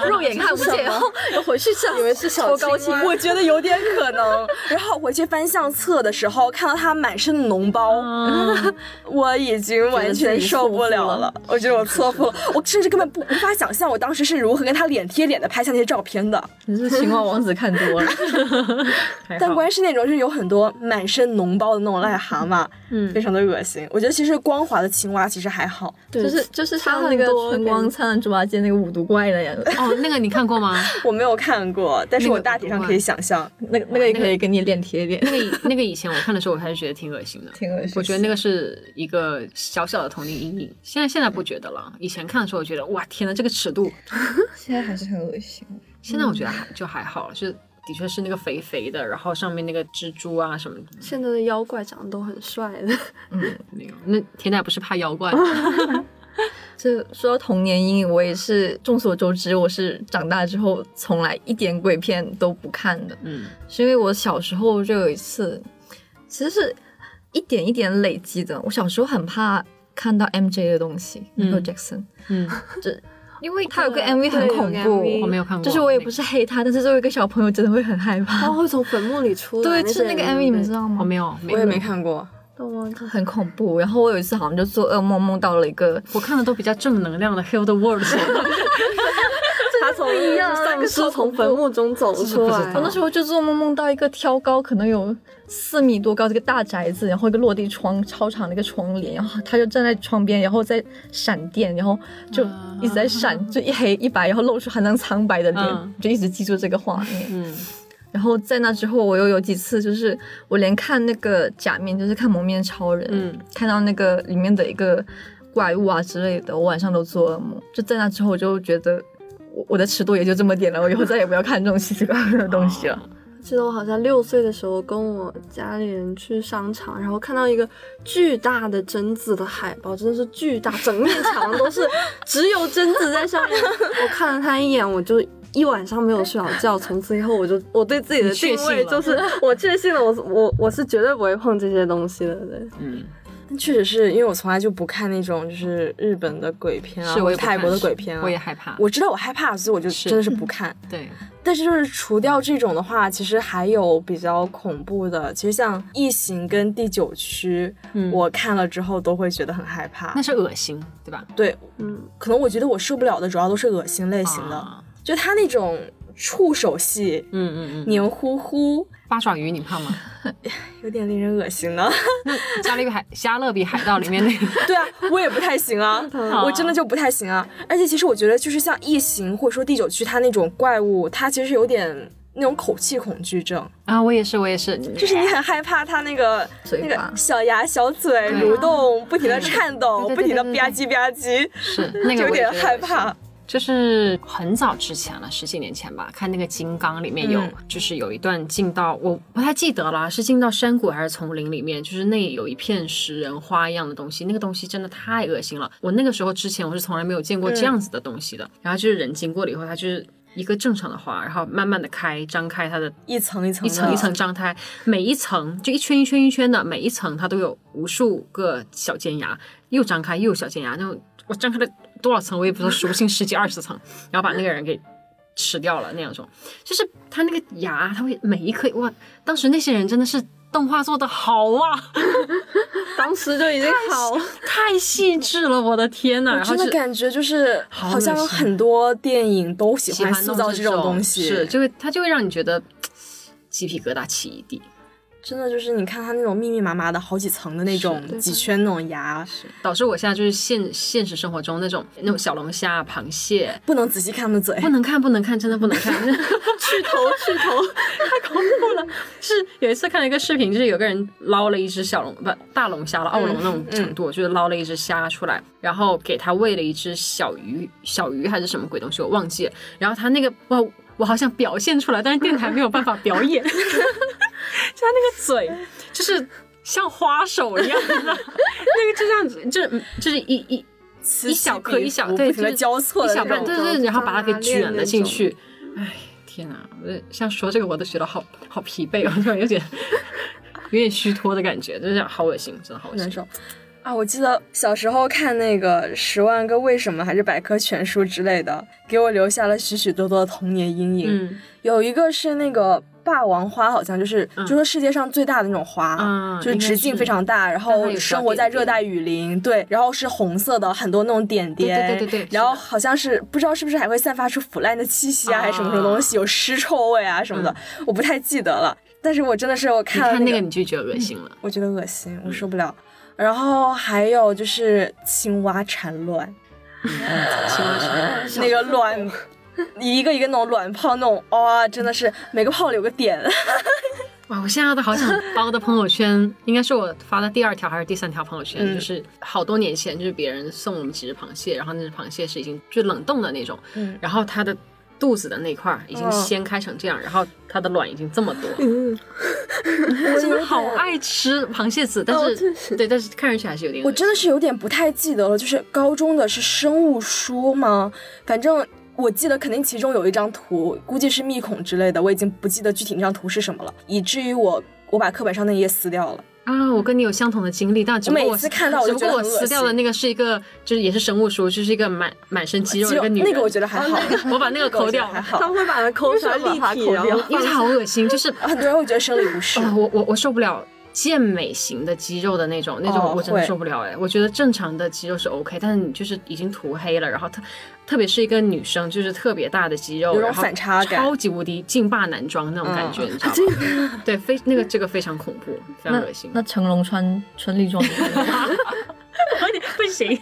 Speaker 2: 肉眼看不见，哦然后又回去上
Speaker 4: 以为是小
Speaker 2: 超高清
Speaker 4: 青蛙
Speaker 1: 我觉得有点可能。然后回去翻相册的时候，看到他满身的脓包，
Speaker 4: 嗯
Speaker 3: 嗯
Speaker 1: 我已经完全受不了了。我觉得我错付了，我甚至根本不无法想象我当时是如何跟他脸贴脸的拍下那些照片的。
Speaker 2: 你是青蛙王子看多了。
Speaker 3: 还好
Speaker 1: 但关键是那种就是有很多满身脓包的那种癞蛤蟆，
Speaker 3: 嗯
Speaker 1: 非常的恶心。我觉得其实光滑的青蛙其实还好，
Speaker 4: 对
Speaker 2: 就是就是他
Speaker 4: 像
Speaker 2: 那个
Speaker 4: 很多
Speaker 2: 春光
Speaker 4: 感
Speaker 2: 灿烂猪八戒那个五毒怪的呀，
Speaker 3: 哦，那个你看过吗？
Speaker 1: 我没有看过，但是
Speaker 3: 那个
Speaker 1: 我大体上可以想象。
Speaker 2: 那个那个也可以跟你脸贴脸，
Speaker 3: 那个以那个以前我看的时候，我还是觉得挺恶心的。
Speaker 2: 挺恶心。
Speaker 3: 我觉得那个是一个小小的童年阴影，现在现在不觉得了。以前看的时候，我觉得哇天呐，这个尺度！
Speaker 2: 现在还是很恶心。
Speaker 3: 现在我
Speaker 1: 嗯
Speaker 3: 觉得还就还好了，就的确是那个肥肥的，然后上面那个蜘蛛啊什么的
Speaker 4: 现在的妖怪长得都很帅的，
Speaker 3: 那个。那田奶不是怕妖怪吗，
Speaker 2: 就说到童年阴影，我也是众所周知，我是长大之后从来一点鬼片都不看的，
Speaker 3: 嗯，
Speaker 2: 是因为我小时候就有一次，其实是一点一点累积的。我小时候很怕看到 MJ 的东西，Michael Jackson，
Speaker 3: 嗯，
Speaker 2: 这因为他有个
Speaker 4: 对
Speaker 2: MV 很
Speaker 4: 对有
Speaker 2: 恐
Speaker 4: 个
Speaker 2: 怖，
Speaker 4: MV
Speaker 3: 我没有看过。
Speaker 2: 就是我也不是黑他，但是作为一个小朋友，真哦的会很害怕。
Speaker 4: 他会从坟墓里 出来。
Speaker 2: 对，就是那个 MV，你们知道
Speaker 3: 那个，
Speaker 2: 吗？
Speaker 3: 我哦没有，没
Speaker 1: 我也
Speaker 3: 有，
Speaker 1: 没看过，
Speaker 4: 懂 吗？
Speaker 2: 很恐怖。然后我有一次好像就做噩梦，梦到了一个
Speaker 3: 我看的都比较正能量的《Heal the World》
Speaker 4: 他从一
Speaker 2: 样
Speaker 4: 丧尸从坟墓中走出来。
Speaker 2: 我那时候就做梦，梦到一个挑高可能有四米多高的一个大宅子，然后一个落地窗，超长的一个窗帘，然后他就站在窗边，然后在闪电，然后就
Speaker 3: 啊
Speaker 2: 一直在闪，就一黑一白，然后露出含张苍白的脸，
Speaker 3: 嗯
Speaker 2: 就一直记住这个画面。
Speaker 3: 嗯
Speaker 2: 然后在那之后，我又有几次就是我连看那个假面，就是看蒙面超人，
Speaker 3: 嗯
Speaker 2: 看到那个里面的一个怪物啊之类的，我晚上都做噩梦。就在那之后，我就觉得我我的尺度也就这么点了，我以后再也不要看这种奇奇怪怪的东西了。
Speaker 4: 记得我好像六岁的时候，跟我家里人去商场，然后看到一个巨大的榛子的海报，真的是巨大，整面墙都是只有榛子在上 面。我看了他一眼，我就一晚上没有睡好觉。从此以后，我就我对自己的
Speaker 3: 你确
Speaker 4: 定位
Speaker 3: 信了
Speaker 4: 就是我确信了，我我我是绝对不会碰这些东西的。对，
Speaker 3: 嗯，
Speaker 1: 但确实是因为我从来就不看那种就是日本的鬼片啊，
Speaker 3: 是我
Speaker 1: 或
Speaker 3: 也
Speaker 1: 者
Speaker 3: 不
Speaker 1: 泰国
Speaker 3: 看
Speaker 1: 的鬼片啊，
Speaker 3: 我也害怕。
Speaker 1: 我知道我害怕，所以我就真的是不 看。
Speaker 3: 对，
Speaker 1: 但是就是除掉这种的话，其实还有比较恐怖的，其实像《异形》跟《第九区》
Speaker 3: 嗯
Speaker 1: 我看了之后都会觉得很害怕
Speaker 3: 那。是恶心，对吧？
Speaker 1: 对，
Speaker 4: 嗯，
Speaker 1: 可能我觉得我受不了的主要都是恶心类型的，
Speaker 3: 啊
Speaker 1: 就他那种触手戏，
Speaker 3: 嗯嗯嗯，
Speaker 1: 黏糊糊，
Speaker 3: 八爪鱼你怕吗？
Speaker 1: 有点令人恶心呢。
Speaker 3: 加勒比海加勒比海盗里面那个，
Speaker 1: 对啊，我也不太行啊，我真的就不太行啊。而且其实我觉得，就是像异形或者说第九区，它那种怪物，它其实有点那种口气恐惧症，
Speaker 3: 啊，我也是，我也是，
Speaker 1: 就是你很害怕它那个
Speaker 2: 嘴
Speaker 1: 那
Speaker 2: 巴
Speaker 1: 个小牙、小嘴
Speaker 3: 对啊
Speaker 1: 蠕动，不停的颤抖，
Speaker 3: 对对对
Speaker 1: 不停的
Speaker 3: 对对
Speaker 1: 吧唧吧唧，
Speaker 3: 是那个
Speaker 1: 就有
Speaker 3: 我也
Speaker 1: 点
Speaker 3: 觉得
Speaker 1: 害怕。
Speaker 3: 就是很早之前了，十几年前吧，看那个《金刚》里面有，
Speaker 1: 嗯
Speaker 3: 就是有一段进到我不太记得了，是进到山谷还是丛林里面，就是那有一片食人花一样的东西，那个东西真的太恶心了。我那个时候之前我是从来没有见过这
Speaker 1: 嗯
Speaker 3: 样子的东西的。然后就是人经过了以后，它就是一个正常的花，然后慢慢的开，张开它的
Speaker 1: 一层一层，
Speaker 3: 一层一层。张开，每一层就一圈一圈一圈的，每一层它都有无数个小尖牙，又张开又有小尖牙，那种我张开了多少层我也不知道，数不清十几二十层， 然后把那个人给吃掉了那样种，就是它那个牙，它会每一颗哇，当时那些人真的是动画做的好啊，
Speaker 4: 当时就已经好，
Speaker 3: 太细致了，我的天呐，
Speaker 1: 我
Speaker 3: 然后
Speaker 1: 真的
Speaker 3: 就
Speaker 1: 感觉就是，
Speaker 3: 好
Speaker 1: 好像
Speaker 3: 恶心
Speaker 1: 很多电影都喜
Speaker 3: 喜
Speaker 1: 欢
Speaker 3: 欢
Speaker 1: 塑
Speaker 3: 弄
Speaker 1: 造
Speaker 3: 这
Speaker 1: 种东西，
Speaker 3: 是就会它就会让你觉得鸡皮疙瘩起一地，
Speaker 1: 真的就是你看它那种密密麻麻的好几层的那种几圈那种牙，
Speaker 3: 导致我现在就是现现实生活中那种那种小龙虾、啊螃蟹，
Speaker 1: 不能仔细看它们嘴
Speaker 3: 不。能看，不能看，真的不能看， 去头去头， 太恐怖了。是有一次看了一个视频，就是有个人捞了一只小龙不大龙虾了，澳龙那种程度，就是捞了一只虾出来，然后给它喂了一只小鱼，小鱼还是什么鬼东西，我忘记了。然后它那个哇，我好想表现出来，但是电台没有办法表演， 就它那个嘴就是。像花手一样的，那个就这样子，就是就是一一
Speaker 1: 此
Speaker 3: 一
Speaker 1: 起
Speaker 3: 小颗
Speaker 1: 彼
Speaker 3: 一小
Speaker 1: 伏
Speaker 3: 对
Speaker 1: 不停的
Speaker 3: 就是
Speaker 1: 交错
Speaker 3: 一
Speaker 1: 的
Speaker 3: 小
Speaker 1: 那
Speaker 3: 半，
Speaker 1: 种。啊
Speaker 3: 对对，对然后把它给卷了进去。哎，天哪！我像说这个我都觉得好好疲惫哦，我突然有点有点虚脱的感觉，就是好恶心，真的好恶
Speaker 1: 难
Speaker 3: 心。
Speaker 1: 受啊！我记得小时候看那个《十万个为什么》还是百科全书之类的，给我留下了许许多多的童年阴影。
Speaker 3: 嗯
Speaker 1: 有一个是那个霸王花，好像就是、
Speaker 3: 嗯
Speaker 1: 就说世界上最大的那种花，
Speaker 3: 嗯
Speaker 1: 啊就是直径非常大，然
Speaker 3: 但它
Speaker 1: 后
Speaker 3: 有小
Speaker 1: 生活在
Speaker 3: 点点
Speaker 1: 热带雨林，对，然后是红色的，很多那种点点，
Speaker 3: 对对对对对
Speaker 1: 然后好像是不知道是不是还会散发出腐烂的气息啊，
Speaker 3: 啊嗯
Speaker 1: 还是什么什么东西，有尸臭味啊什么的，我不太记得了。但是我真的是我
Speaker 3: 你
Speaker 1: 看了、
Speaker 3: 看那个你嗯就觉得恶心了，
Speaker 1: 我觉得恶心，我受不了。然后还有就是青蛙产卵，嗯
Speaker 3: 青蛙是
Speaker 1: 那个 卵，一个一个那种卵泡那种，哇、真的是每个泡里有个点。
Speaker 3: 哇！我现在都好想把我的朋友圈，应该是我发的第二条还是第三条朋友圈，
Speaker 1: 嗯
Speaker 3: 就是好多年前，就是别人送我们几只螃蟹，然后那只螃蟹是已经就冷冻的那种，
Speaker 1: 嗯
Speaker 3: 然后它的肚子的那块儿已经
Speaker 1: 哦
Speaker 3: 掀开成这样，然后它的卵已经这么多，
Speaker 1: 嗯
Speaker 3: 真的好爱吃螃蟹籽，但
Speaker 4: 哦
Speaker 3: 是、
Speaker 4: 真是
Speaker 3: 对，但是看上去还是有点恶
Speaker 1: 我
Speaker 3: 心。
Speaker 1: 真的是有点不太记得了，就是高中的是生物书吗？反正我记得肯定其中有一张图，估计是密孔之类的，我已经不记得具体那张图是什么了，以至于我我把课本上那一页撕掉了。
Speaker 3: 啊，我跟你有相同的经历，但只不过
Speaker 1: 每
Speaker 3: 我
Speaker 1: 次看到我就
Speaker 3: 只不过
Speaker 1: 觉
Speaker 3: 我
Speaker 1: 得很恶
Speaker 3: 撕掉的那个是一个，就是也是生物书，就是一个满满身肌肉
Speaker 1: 只
Speaker 3: 的一
Speaker 1: 有
Speaker 3: 个女人。
Speaker 1: 哦那个我觉得还好，
Speaker 3: 我把那个抠掉
Speaker 1: 那个我觉得还
Speaker 4: 他
Speaker 1: 好。
Speaker 4: 们会把它抠出来
Speaker 1: 为什么
Speaker 4: 立
Speaker 1: 把它
Speaker 4: 体，
Speaker 1: 抠
Speaker 4: 然后
Speaker 1: 掉
Speaker 3: 因为它好恶心，就是
Speaker 1: 哦很多人会觉得生理不适，
Speaker 3: 啊，我我我受不了健美型的肌肉的那种，那种
Speaker 1: 哦
Speaker 3: 我真的
Speaker 1: 会
Speaker 3: 受不了哎、我觉得正常的肌肉是 OK，但是你就是已经涂黑了，然后特特别是一个女生，就是特别大的肌肉，
Speaker 1: 有种
Speaker 3: 然后
Speaker 1: 反差感嗯
Speaker 3: 超级无敌劲霸男装那种感觉，你
Speaker 1: 啊
Speaker 3: 知道吗？对，非那个这个非常恐怖，非常
Speaker 2: 那
Speaker 3: 恶心。
Speaker 2: 那成龙穿春丽装，
Speaker 3: 不行。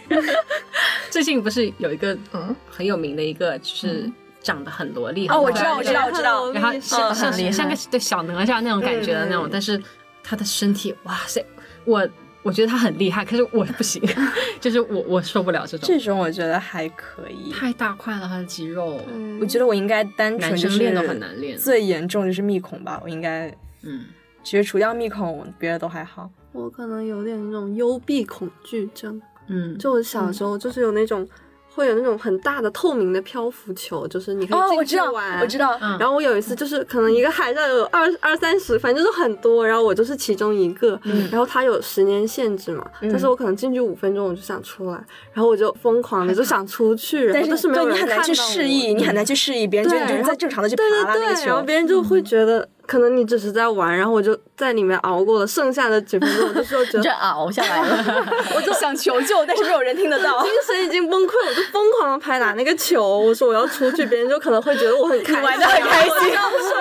Speaker 3: 最近不是有一个
Speaker 2: 嗯
Speaker 3: 很有名的一个，
Speaker 1: 嗯
Speaker 3: 就是长得很萝莉
Speaker 1: 哦我
Speaker 3: 很可
Speaker 1: 知道
Speaker 3: 爱
Speaker 1: 我
Speaker 3: 的
Speaker 1: 知道我
Speaker 3: 人
Speaker 1: 知道
Speaker 3: 然
Speaker 4: 哦
Speaker 3: 后像
Speaker 1: 嗯
Speaker 3: 像
Speaker 2: 很厉害
Speaker 3: 像个对小哪吒那种感觉的那种，
Speaker 1: 嗯
Speaker 3: 但是他的身体，哇塞，我我觉得他很厉害，可是我不行， 就是我我受不了这 种
Speaker 1: 这种我觉得还可以。
Speaker 3: 太大块了，他的肌肉，
Speaker 4: 嗯
Speaker 1: 我觉得我应该单纯
Speaker 3: 男
Speaker 1: 就
Speaker 3: 生
Speaker 1: 是
Speaker 3: 练都很难练。
Speaker 1: 最严重就是密孔吧，我应该
Speaker 3: 嗯，
Speaker 1: 其实除掉密孔，别的都还好。
Speaker 4: 我可能有点那种幽闭恐惧症，
Speaker 3: 嗯，
Speaker 4: 就我小时候就是有那种。会有那种很大的透明的漂浮球，就是你可以
Speaker 1: 哦，我
Speaker 4: 进
Speaker 1: 知
Speaker 4: 去
Speaker 1: 道，
Speaker 4: 玩。
Speaker 1: 我知道，
Speaker 3: 嗯
Speaker 4: 然后我有一次就是可能一个海上有二二三十，反正就是很多，然后我就是其中一个。然后它有十年限制嘛，
Speaker 1: 嗯
Speaker 4: 但是我可能进去五分钟我就想出来，然后我就疯狂的就想出去，然
Speaker 1: 但
Speaker 4: 后
Speaker 1: 是
Speaker 4: 但没有
Speaker 1: 对
Speaker 4: 人
Speaker 1: 你很
Speaker 4: 看到
Speaker 1: 难
Speaker 4: 我。嗯
Speaker 1: 去示意，你很难去示意别人，觉得你就
Speaker 4: 对
Speaker 1: 是
Speaker 4: 然后
Speaker 1: 在正常的去爬
Speaker 4: 对对
Speaker 1: 拉那个
Speaker 4: 对，然后
Speaker 1: 球。嗯
Speaker 4: 别人就会觉得，可能你只是在玩，然后我就在里面熬过了剩下的几分钟，我就说觉
Speaker 2: 你
Speaker 4: 得
Speaker 2: 这熬下来了。
Speaker 1: 我就想求救，但是没有人听得 到。
Speaker 4: 精神已经崩溃，我就疯狂的拍打那个球，我说我要出去，别人就可能会觉得我很开心，
Speaker 1: 玩得很开心
Speaker 4: 然后我就放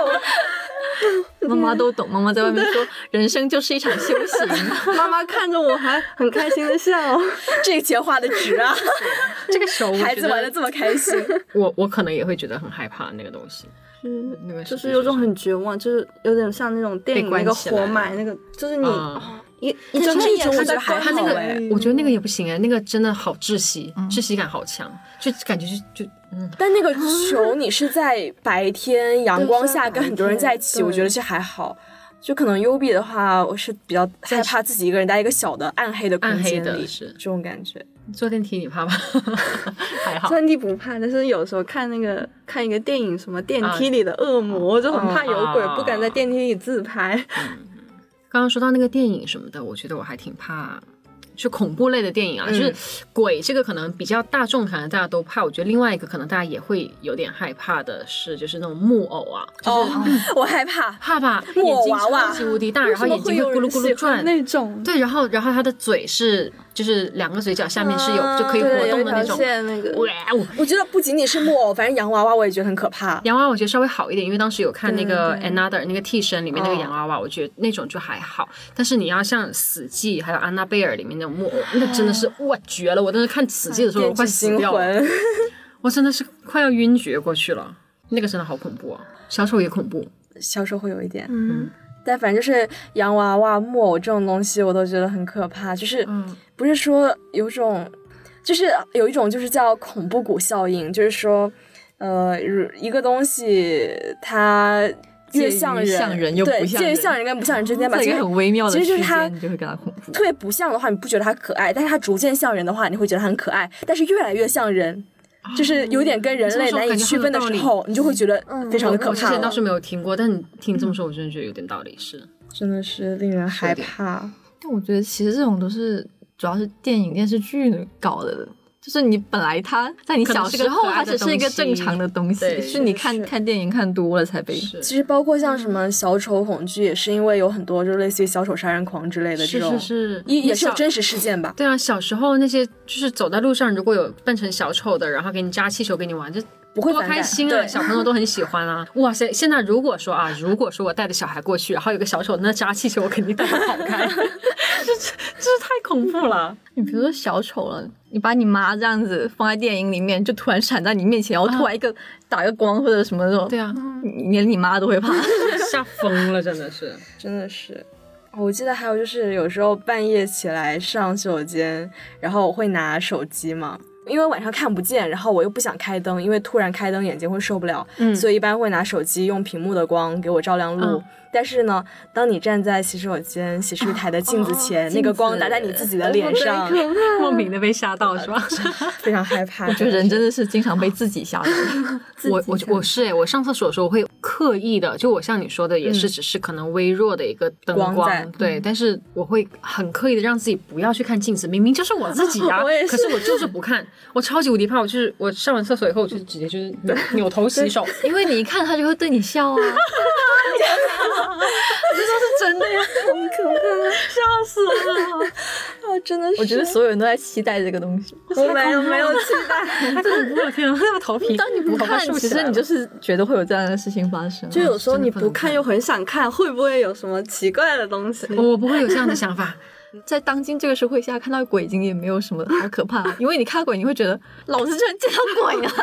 Speaker 2: 妈妈都懂，妈妈在外面说，人生就是一场修行。
Speaker 4: 手，妈妈看着我还很开心的笑，
Speaker 1: 这个钱花的值啊！
Speaker 3: 这个手我
Speaker 1: 孩
Speaker 3: 觉
Speaker 1: 子
Speaker 3: 得
Speaker 1: 玩的这么开心，
Speaker 3: 我我可能也会觉得很害怕那个东西，
Speaker 4: 嗯，
Speaker 3: 那个
Speaker 4: 就是有种很绝望，就是有点像那种电影
Speaker 3: 被
Speaker 4: 那
Speaker 3: 关
Speaker 4: 个
Speaker 3: 起来
Speaker 4: 活埋那个，就是你哦
Speaker 3: 啊，
Speaker 4: 一一
Speaker 1: 但
Speaker 4: 睁
Speaker 1: 是
Speaker 4: 眼
Speaker 1: 那
Speaker 4: 就
Speaker 1: 种我觉
Speaker 4: 在
Speaker 1: 得还
Speaker 4: 关
Speaker 3: 他那
Speaker 1: 好
Speaker 4: 口
Speaker 3: 个
Speaker 1: 哎
Speaker 4: 里
Speaker 3: 我觉得那个也不行哎，那个真的好窒息，
Speaker 4: 嗯
Speaker 3: 窒息感好强，就感觉就就嗯，
Speaker 1: 但那个球你是在白天阳光下跟很多人在一起，
Speaker 4: 对
Speaker 1: 我觉得这还好。就可能幽闭的话，我是比较害怕自己一个人待一个小的暗黑的空间
Speaker 3: 暗黑
Speaker 1: 里，
Speaker 3: 的是
Speaker 1: 这种感觉。
Speaker 3: 坐电梯你 怕吗？还好
Speaker 4: 虽，然你不怕，但是有时候看那个看一个电影，什么电梯里的恶魔，我就
Speaker 1: 嗯
Speaker 4: 很怕有鬼，
Speaker 3: 啊嗯
Speaker 4: 不敢在电梯里自拍。
Speaker 3: 刚刚说到那个电影什么的，我觉得我还挺怕，就恐怖类的电影啊，
Speaker 1: 嗯
Speaker 3: 就是鬼这个可能比较大众，可能大家都怕。我觉得另外一个可能大家也会有点害怕的是，就是那种木偶啊，
Speaker 1: 哦， 我害怕。
Speaker 3: 怕吧，
Speaker 1: 木偶
Speaker 3: 眼睛
Speaker 1: 娃娃
Speaker 4: 啊
Speaker 3: 超级无敌大，然后眼睛会咕噜咕噜转。
Speaker 4: 那种
Speaker 3: 对，然后然后他的嘴是就是两个嘴角下面是有、
Speaker 1: 啊
Speaker 3: 就可以活动的那
Speaker 4: 有一条
Speaker 3: 种。
Speaker 4: 线那个，
Speaker 3: 哇哦！
Speaker 1: 我觉得不仅仅是木偶，反正洋娃娃我也觉得很可怕。
Speaker 3: 洋娃娃我觉得稍微好一点，因为当时有看那个
Speaker 1: 对哦
Speaker 3: Another 那个替身里面那个洋娃娃，我觉得那种就还好。但是你要像《死寂》还有《安娜贝尔》里面那种木偶，那真的是哇绝了！我当时看《死寂》的时候，我
Speaker 1: 电
Speaker 3: 快
Speaker 1: 锯
Speaker 3: 死
Speaker 1: 哎惊
Speaker 3: 掉了，
Speaker 1: 魂，
Speaker 3: 我真的是快要晕厥过去了。那个真的好恐怖啊！小丑也恐怖，
Speaker 1: 小时候会有一点，
Speaker 4: 嗯，
Speaker 1: 但反正就是洋娃娃、木偶这种东西，我都觉得很可怕。就是
Speaker 3: 嗯
Speaker 1: 不是说有种，就是有一种就是叫恐怖谷效应，就是说，呃，如一个东西它越像人，
Speaker 2: 介于像人又不像人
Speaker 1: 对，介于像人跟不像人之间 吧，
Speaker 2: 在一
Speaker 1: 其
Speaker 2: 个
Speaker 1: 实
Speaker 2: 很微妙的
Speaker 1: 其实就是
Speaker 2: 之
Speaker 1: 它
Speaker 2: 间，你就会感到恐怖。
Speaker 1: 特别不像的话，你不觉得它可爱；但是它逐渐像人的话，你会觉得它很可爱。但是越来越像人，就是有点跟人类难以区分的时
Speaker 3: 这么说
Speaker 1: 候，你就会觉得非常的可
Speaker 3: 嗯我之
Speaker 1: 怕
Speaker 3: 前
Speaker 1: 了
Speaker 3: 倒是没有听过，但你听这么说，我真的觉得有点道理。是，
Speaker 1: 真的是令人害
Speaker 3: 有点
Speaker 1: 怕。
Speaker 2: 但我觉得其实这种都是主要是电影电视剧搞的。就是你本来它在你
Speaker 3: 可能
Speaker 2: 小
Speaker 3: 是
Speaker 2: 时候
Speaker 3: 可爱
Speaker 2: 它
Speaker 3: 的
Speaker 2: 只是一个
Speaker 3: 东西
Speaker 2: 正常的东西，
Speaker 3: 对
Speaker 2: 是你
Speaker 1: 是
Speaker 2: 看
Speaker 1: 是
Speaker 2: 看电影看多了才被
Speaker 3: 是
Speaker 1: 其实包括像什么小丑恐惧，也是因为有很多就是类似于小丑杀人狂之类的这
Speaker 3: 是
Speaker 1: 种，
Speaker 3: 是是，
Speaker 1: 也也是有
Speaker 3: 小
Speaker 1: 真实事件吧？
Speaker 3: 对啊，小时候那些就是走在路上，如果有扮成小丑的，然后给你扎气球给你玩，就
Speaker 1: 不会
Speaker 3: 多
Speaker 1: 反感
Speaker 3: 开心啊！
Speaker 1: 对
Speaker 3: 小朋友都很喜欢啊。哇塞，现在如果说啊，如果说我带着小孩过去，然后有个小丑那扎气球，我肯定带他跑开，这这这太恐怖了。
Speaker 2: 你比如说小丑了，你把你妈这样子放在电影里面，就突然闪在你面前，然后突然一个、打个光或者什么那种，
Speaker 3: 对啊，
Speaker 2: 你连你妈都会 怕。
Speaker 3: 吓疯了，真的是。
Speaker 1: 真的是。哦我记得还有就是有时候半夜起来上洗手间，然后我会拿手机嘛，因为晚上看不见，然后我又不想开灯，因为突然开灯眼睛会受不了，
Speaker 2: 嗯
Speaker 1: 所以一般会拿手机用屏幕的光给我照亮路。
Speaker 3: 嗯
Speaker 1: 但是呢，当你站在洗手间洗漱台的镜
Speaker 2: 啊
Speaker 1: 子前，那个光打在你自己的脸上，
Speaker 3: 莫 名的被吓到是吧？
Speaker 1: 非常害怕。
Speaker 2: 我觉得人真的是经常被自己吓到。
Speaker 3: 我我我是哎，我上厕所的时候我会刻意的，就我像你说的，也
Speaker 2: 嗯
Speaker 3: 是只是可能微弱的一个灯
Speaker 1: 光在
Speaker 3: 对，但是我会很刻意的让自己不要去看镜子，明明就是我自己 呀、
Speaker 4: 我也是
Speaker 3: 可是我就是不看，我超级无敌怕，我就是我上完厕所以后，我就直接就是扭扭头洗 手，
Speaker 2: 因为你一看他就会对你笑 啊，
Speaker 3: 真的呀，
Speaker 2: 笑死了！
Speaker 1: 哦，真的是，
Speaker 2: 我觉得所有人都在期待这个东西。
Speaker 4: 我没有没有 期待，
Speaker 3: 太恐怖了，天啊， 那个头皮，
Speaker 2: 当你不
Speaker 3: 头发
Speaker 2: 看，
Speaker 3: 竖
Speaker 2: 其
Speaker 3: 起
Speaker 2: 实
Speaker 3: 来
Speaker 2: 你
Speaker 3: 了
Speaker 2: 就是觉得会有这样的事情发生。
Speaker 4: 就有时候你
Speaker 3: 真的
Speaker 4: 不
Speaker 3: 不能看
Speaker 4: 看又很想看，会不会有什么奇怪的东西？
Speaker 3: 我不会有这样的想法，
Speaker 2: 在当今这个社会下，看到鬼已经也没有什么好可怕，因为你看鬼，你会觉得老子居然见到鬼啊，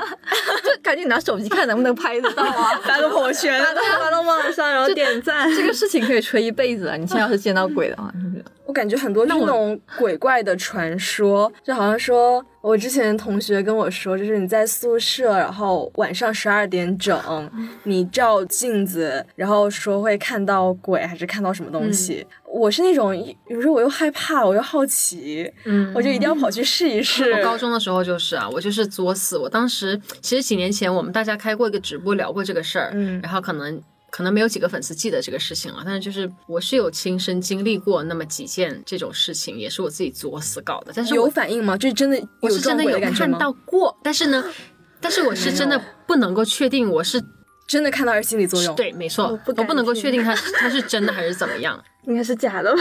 Speaker 2: 就赶紧拿手机看能不能拍得到啊。
Speaker 1: 发个朋友圈，
Speaker 4: 大家发到网上，然后点赞。
Speaker 2: 这个事情可以吹一辈子啊！你现在要是见到鬼的话，你就觉得
Speaker 1: 我感觉很多这种鬼怪的传说，就好像说我之前同学跟我说，就是你在宿舍，然后晚上十二点整，你照镜子，然后说会看到鬼还是看到什么东
Speaker 3: 嗯
Speaker 1: 西。我是那种，有时候我又害怕，我又好奇，
Speaker 3: 嗯
Speaker 1: 我就一定要跑去试一试。
Speaker 3: 我高中的时候就是啊，我就是作死。我当时其实几年前我们大家开过一个直播聊过这个事儿，
Speaker 1: 嗯
Speaker 3: 然后可能可能没有几个粉丝记得这个事情了，但是就是我是有亲身经历过那么几件这种事情，也是我自己作死搞的。但 是
Speaker 1: 有
Speaker 3: 我
Speaker 1: 反应吗？这真的
Speaker 3: 我
Speaker 1: 有
Speaker 3: 是
Speaker 1: 撞
Speaker 3: 真的
Speaker 1: 鬼
Speaker 3: 有
Speaker 1: 感觉
Speaker 3: 看
Speaker 1: 吗？
Speaker 3: 到过，但是 呢，但是我是真的不能够确定我是
Speaker 1: 真的看到还是心理作用？，
Speaker 3: 对，没错，
Speaker 4: 我
Speaker 3: 我
Speaker 4: 不敢
Speaker 3: 不能够
Speaker 4: 听
Speaker 3: 确定它是它是真的还是怎么样。
Speaker 4: 应该是假的吧？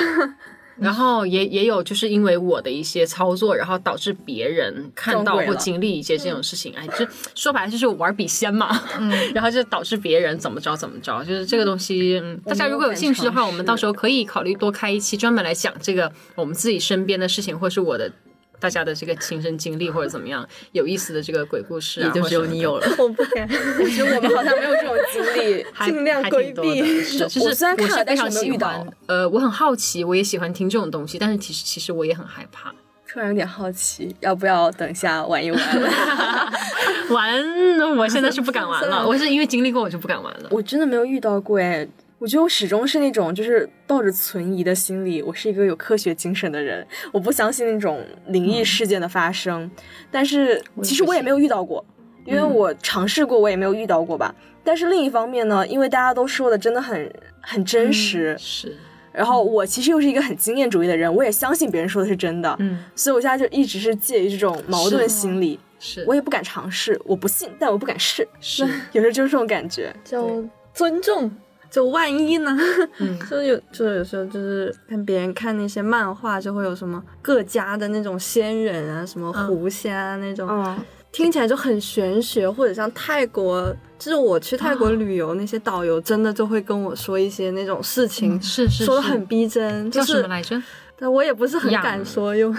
Speaker 3: 然后也也有就是因为我的一些操作，然后导致别人看到
Speaker 1: 撞鬼
Speaker 3: 或
Speaker 1: 了
Speaker 3: 经历一些这
Speaker 2: 嗯
Speaker 3: 种事情，哎，就说白了就是我玩笔仙嘛，
Speaker 1: 嗯
Speaker 3: 然后就导致别人怎么着怎么着，就是这个东西，嗯大家如果有兴趣的话，
Speaker 1: 我
Speaker 3: 我
Speaker 1: 们有敢尝试
Speaker 3: 们到时候可以考虑多开一期专门来讲这个我们自己身边的事情，或是我的。大家的这个亲身经历或者怎么样有意思的这个鬼故事、啊，
Speaker 2: 也就
Speaker 3: 或
Speaker 2: 只
Speaker 3: 什么
Speaker 2: 有你
Speaker 3: 的
Speaker 2: 有了。
Speaker 4: 我不敢。
Speaker 1: 我觉得我们好像没有这种经历。
Speaker 3: 还
Speaker 4: 尽量
Speaker 3: 还
Speaker 4: 规
Speaker 3: 挺多
Speaker 4: 避
Speaker 3: 的是
Speaker 1: 就
Speaker 3: 就是
Speaker 1: 我虽然看了
Speaker 3: 我是
Speaker 1: 但
Speaker 3: 非
Speaker 1: 是我
Speaker 3: 常
Speaker 1: 没有
Speaker 3: 喜
Speaker 1: 遇到
Speaker 3: 欢，呃，我很好奇，我也喜欢听这种东西，但是其实其实我也很害怕。
Speaker 1: 突然有点好奇，要不要等一下玩一玩？
Speaker 3: 玩，我现在是不敢玩
Speaker 4: 算
Speaker 3: 了，
Speaker 4: 了
Speaker 3: 我是因为经历过，我就不敢玩了。
Speaker 1: 我真的没有遇到过哎。我觉得我始终是那种就是抱着存疑的心理，我是一个有科学精神的人，我不相信那种灵异事件的发生。但是其嗯实我也嗯没有遇到过，因为我尝试过，我也没有遇到过吧。但是另一方面呢，因为大家都说的真的很很真实，
Speaker 3: 是，
Speaker 1: 然后我其实又是一个很经验主义的人，我也相信别人说的是真的，
Speaker 3: 嗯，
Speaker 1: 所以我现在就一直是介于这种矛盾心理，
Speaker 3: 是，
Speaker 1: 我也不敢尝试，我不信，但我不敢试，
Speaker 3: 是，
Speaker 1: 有时候就是这种感觉。
Speaker 4: 就尊重。就万一呢？
Speaker 3: 嗯
Speaker 4: 就有就有时候就是看别人看那些漫画，就会有什么各家的那种仙人啊，什么狐仙啊那种，
Speaker 1: 嗯，
Speaker 4: 听起来就很玄学，或者像泰国，就是我去泰国旅游，那些导游真的就会跟我说一些那种事情，
Speaker 3: 嗯是是
Speaker 4: 说的
Speaker 3: 是
Speaker 4: 很逼真，就
Speaker 3: 叫什
Speaker 4: 是
Speaker 3: 么来着？
Speaker 4: 但我也不是很
Speaker 3: 痒
Speaker 4: 敢说，又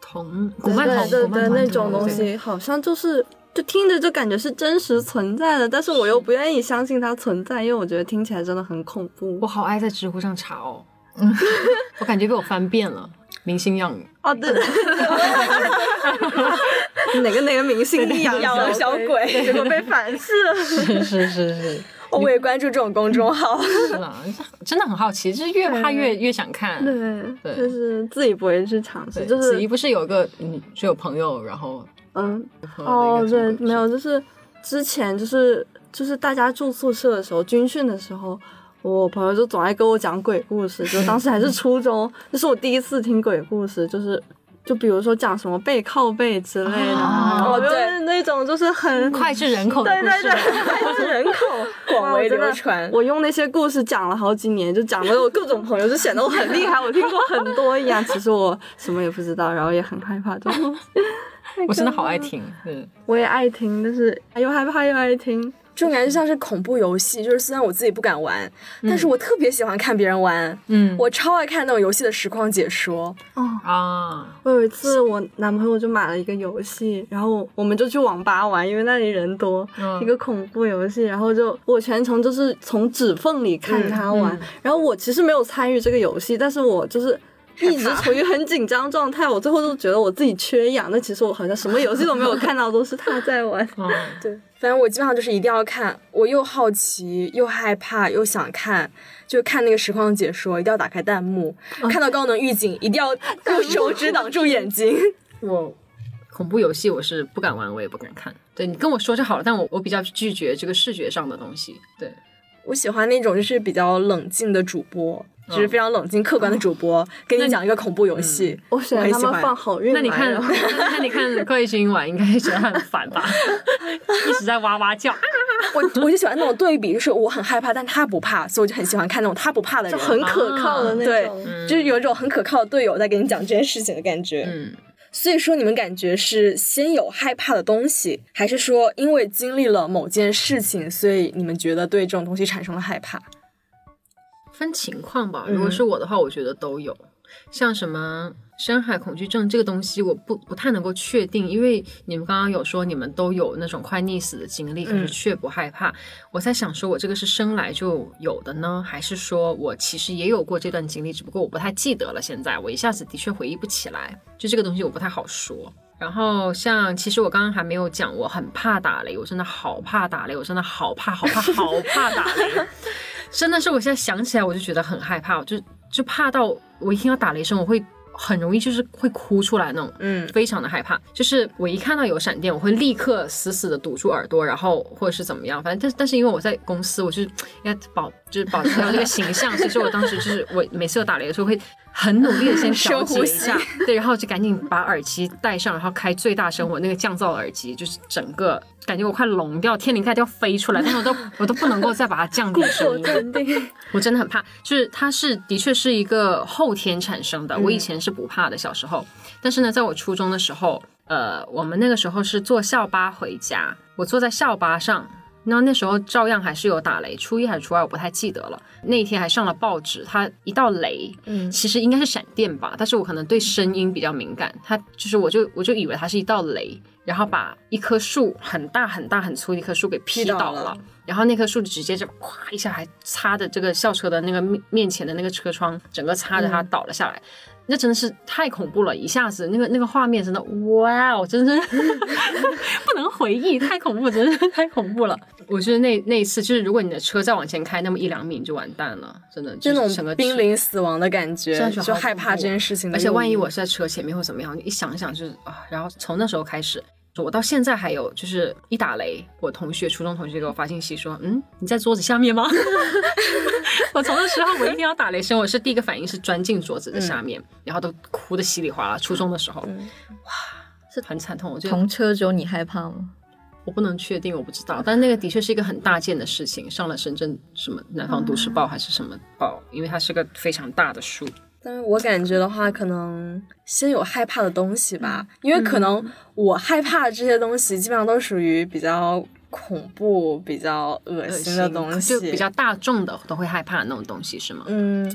Speaker 3: 铜古曼
Speaker 4: 对
Speaker 3: 童，
Speaker 4: 对
Speaker 3: 古曼
Speaker 4: 对，
Speaker 3: 童
Speaker 4: 那种东。
Speaker 3: 对
Speaker 4: 西好像就是。就听着就感觉是真实存在的，但是我又不愿意相信它存在，因为我觉得听起来真的很恐怖
Speaker 3: 我。好爱在知乎上查哦， 我感觉被我翻遍了，明星样语。
Speaker 4: 哦，对， 哪个哪个明星养
Speaker 1: 养了小鬼，
Speaker 4: 结果被反 噬了？
Speaker 3: 是是是是
Speaker 1: 我也关注这种公众 号。
Speaker 3: 是啊， 真的很好奇，就是越怕越越想看。
Speaker 4: 对，
Speaker 3: 对
Speaker 4: 就是自己不会去尝试，
Speaker 3: 对，
Speaker 4: 就
Speaker 3: 子
Speaker 4: 是
Speaker 3: 怡不是有个嗯，就有朋友，然后
Speaker 4: 嗯，
Speaker 3: 朋友
Speaker 4: 哦
Speaker 3: 的一，个
Speaker 4: 对
Speaker 3: 中，国
Speaker 4: 没有，就是之前就是就是大家住宿舍的时候，军训的时候，我朋友就总爱跟我讲鬼故事，就当时还是 初中，这是我第一次听鬼故事，就是。就比如说讲什么背靠背之类的啊，
Speaker 3: 哦
Speaker 4: 然后就
Speaker 1: 对
Speaker 4: 是那种就是很
Speaker 3: 脍炙人 口的
Speaker 4: 对
Speaker 3: 故
Speaker 4: 对
Speaker 3: 事
Speaker 4: 对，脍炙人口，
Speaker 1: 广为
Speaker 4: 哇我真的
Speaker 1: 流传
Speaker 4: 我用那些故事讲了好几年，就讲的我各种朋友就显得我很厉害，我听过很多一样。其实我什么也不知道，然后也很害怕这种东西。
Speaker 3: 我真的好爱听。嗯，
Speaker 4: 我也爱听，但是哎又害怕又爱听。
Speaker 1: 这种感觉就像是恐怖游戏，就是虽然我自己不敢玩，但是
Speaker 4: 嗯
Speaker 1: 我特别喜欢看别人玩。
Speaker 3: 嗯
Speaker 1: 我超爱看那种游戏的实况解说，
Speaker 4: 哦，
Speaker 3: 啊，
Speaker 4: 我有一次我男朋友就买了一个游戏，然后我们就去网吧玩，因为那里人多，
Speaker 3: 嗯
Speaker 4: 一个恐怖游戏。然后就我全程就是从指缝里看他玩，
Speaker 3: 嗯
Speaker 4: 然后我其实没有参与这个游戏，但是我就是。一直处于很紧张状态，我最后都觉得我自己缺氧。那其实我好像什么游戏都没有看到，都是他在玩。
Speaker 3: 嗯
Speaker 1: 对，反正我基本上就是一定要看，我又好奇又害怕又想看，就看那个实况解说，一定要打开弹幕，
Speaker 4: 哦
Speaker 1: 看到高能预警一定 要用手指挡住眼睛。
Speaker 3: 我恐怖游戏我是不敢玩，我也不敢看。对你跟我说就好了，但我我比较拒绝这个视觉上的东西。对，
Speaker 1: 我喜欢那种就是比较冷静的主播，就是非常冷静客观的主播，给你讲一个恐怖游戏，
Speaker 4: 我喜欢
Speaker 1: 很
Speaker 4: 他
Speaker 1: 喜
Speaker 4: 们
Speaker 1: 欢
Speaker 4: 放好运来
Speaker 3: 那
Speaker 4: 哦，
Speaker 3: 你看， 那你看郭一君玩，应该觉得很烦 吧？一直在哇哇叫，啊
Speaker 1: 我我就喜欢那种对比，就是我很害怕，但他不怕，所以我就很喜欢看那种他不怕的
Speaker 4: 就
Speaker 1: 人，
Speaker 4: 很可靠
Speaker 3: 啊
Speaker 4: 的那
Speaker 1: 对
Speaker 4: 种。，
Speaker 1: 就是有一种很可靠的队友在给你讲这件事情的感觉。
Speaker 3: 嗯，
Speaker 1: 所以说，你们感觉是先有害怕的东西，还是说因为经历了某件事情，所以你们觉得对这种东西产生了害怕？
Speaker 3: 分情况吧。
Speaker 1: 嗯
Speaker 3: 如果是我的话，我觉得都有。像什么深海恐惧症这个东西，我不不太能够确定，因为你们刚刚有说你们都有那种快溺死的经历，可是却不害怕。我在想，说我这个是生来就有的呢，还是说我其实也有过这段经历，只不过我不太记得了。现在我一下子的确回忆不起来，就这个东西我不太好说。然后像，其实我刚刚还没有讲，我很怕打雷，我真的好怕打雷，我真的好怕好怕好怕打雷，真的是我现在想起来我就觉得很害怕，我就就怕到我一听到打雷声，我会很容易就是会哭出来那种，
Speaker 1: 嗯
Speaker 3: 非常的害怕。就是我一看到有闪电，我会立刻死死的堵住耳朵，然后或者是怎么样，反正但是但是因为我在公司，我就是要保就是保持到这个形象，所以说我当时就是我每次有打雷的时候会很努力的先调节一下，对，然后就赶紧把耳机戴上，然后开最大声，我那个降噪耳机就是整个。感觉我快聋掉，天灵盖都要飞出来，但是我都我都不能够再把它降低声音。
Speaker 4: 定。
Speaker 3: 我真的很怕，就是它是的确是一个后天产生的，我以前是不怕的，小时候。但是呢，在我初中的时候，呃，我们那个时候是坐校巴回家，我坐在校巴上，那那时候照样还是有打雷，初一还是初二我不太记得了。那一天还上了报纸，它一道雷，
Speaker 1: 嗯
Speaker 3: 其实应该是闪电吧，但是我可能对声音比较敏感，它就是我就我就以为它是一道雷，然后把一棵树很大很大很粗的一棵树给劈
Speaker 1: 劈倒
Speaker 3: 倒
Speaker 1: 了
Speaker 3: 了。然后那棵树直接就咵一下，还擦着这个校车的那个面面前的那个车窗，整个擦着它倒了下来。
Speaker 1: 嗯
Speaker 3: 那真的是太恐怖了，一下子那个那个画面真的，哇哦，真 是不能回忆，太恐怖，真是太恐怖了。我觉得那那一次就是，如果你的车再往前开那么一两米，你就完蛋了，真的，
Speaker 1: 这
Speaker 3: 就是整个
Speaker 1: 种濒
Speaker 3: 车
Speaker 1: 临死亡的感觉
Speaker 3: 真，的是
Speaker 1: 就
Speaker 3: 好
Speaker 1: 害怕
Speaker 3: 恐
Speaker 1: 这
Speaker 3: 怖啊
Speaker 1: 件事情的
Speaker 3: 而
Speaker 1: 诱因。
Speaker 3: 且万一我是在车前面或怎么样，你一想一想就是啊，然后从那时候开始，我到现在还有就是一打雷，我同学初中同学给我发信息说，嗯，你在桌子下面吗？ 我从那时候我一听到打雷声，我是第一个反应是钻进桌子的
Speaker 1: 嗯
Speaker 3: 下面，然后都哭的稀里哗啦。初中的时候，哇，是很惨痛，我觉得
Speaker 2: 同车只有你害怕吗？
Speaker 3: 我不能确定，我不知道，但那个的确是一个很大件的事情，上了深圳什么南方都市
Speaker 1: 嗯
Speaker 3: 报还是什么报，因为它是个非常大的树。
Speaker 1: 但是我感觉的话，可能先有害怕的东西吧，
Speaker 3: 嗯
Speaker 1: 因为可能我害怕的这些东西，基本上都属于比较恐怖、比较恶心的东西，
Speaker 3: 就比较大众的都会害怕那种东西，是吗？
Speaker 1: 嗯。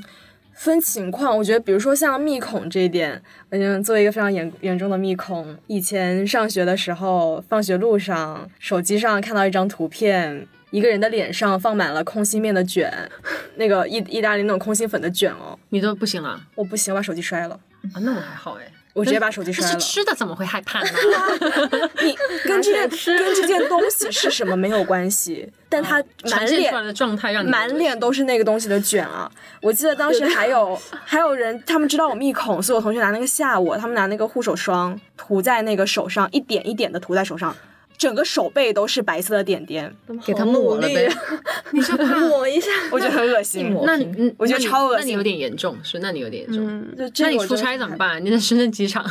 Speaker 1: 分情况，我觉得，比如说像密恐这一点，嗯，作为一个非常严严重的密恐，以前上学的时候，放学路上，手机上看到一张图片，一个人的脸上放满了空心面的卷，那个意意大利那种空心粉的卷哦，
Speaker 3: 你都不行了，啊，
Speaker 1: 我不行，我把手机摔了，
Speaker 3: 那我还好哎，
Speaker 1: 我直接把手机
Speaker 3: 这
Speaker 1: 摔
Speaker 3: 是
Speaker 1: 了。
Speaker 3: 吃的怎么会害怕呢？
Speaker 1: 你跟这件跟这件东西是什么没有关系， 但它满
Speaker 3: 嗯呈现出来
Speaker 1: 脸
Speaker 3: 的状态让你
Speaker 1: 满脸都是那个东西的卷啊！我记得当时还 有还有人，他们知道我密孔，所以我同学拿那个吓我，他们拿那个护手霜涂在那个手上，一点一点的涂在手上，整个手背都是白色的点点，
Speaker 2: 给他抹了呗，
Speaker 4: 你就抹一下。
Speaker 1: 我觉得很恶
Speaker 2: 一
Speaker 1: 心。
Speaker 2: 抹
Speaker 3: 那
Speaker 2: 平
Speaker 3: 你
Speaker 1: 啊我觉得
Speaker 3: 那你
Speaker 1: 超恶心
Speaker 3: 那你有点严重，是，那你有点严重。
Speaker 4: 嗯，
Speaker 1: 就这个
Speaker 3: 那你
Speaker 1: 我
Speaker 3: 出
Speaker 1: 真的
Speaker 3: 差怎么办？你在深圳 机场，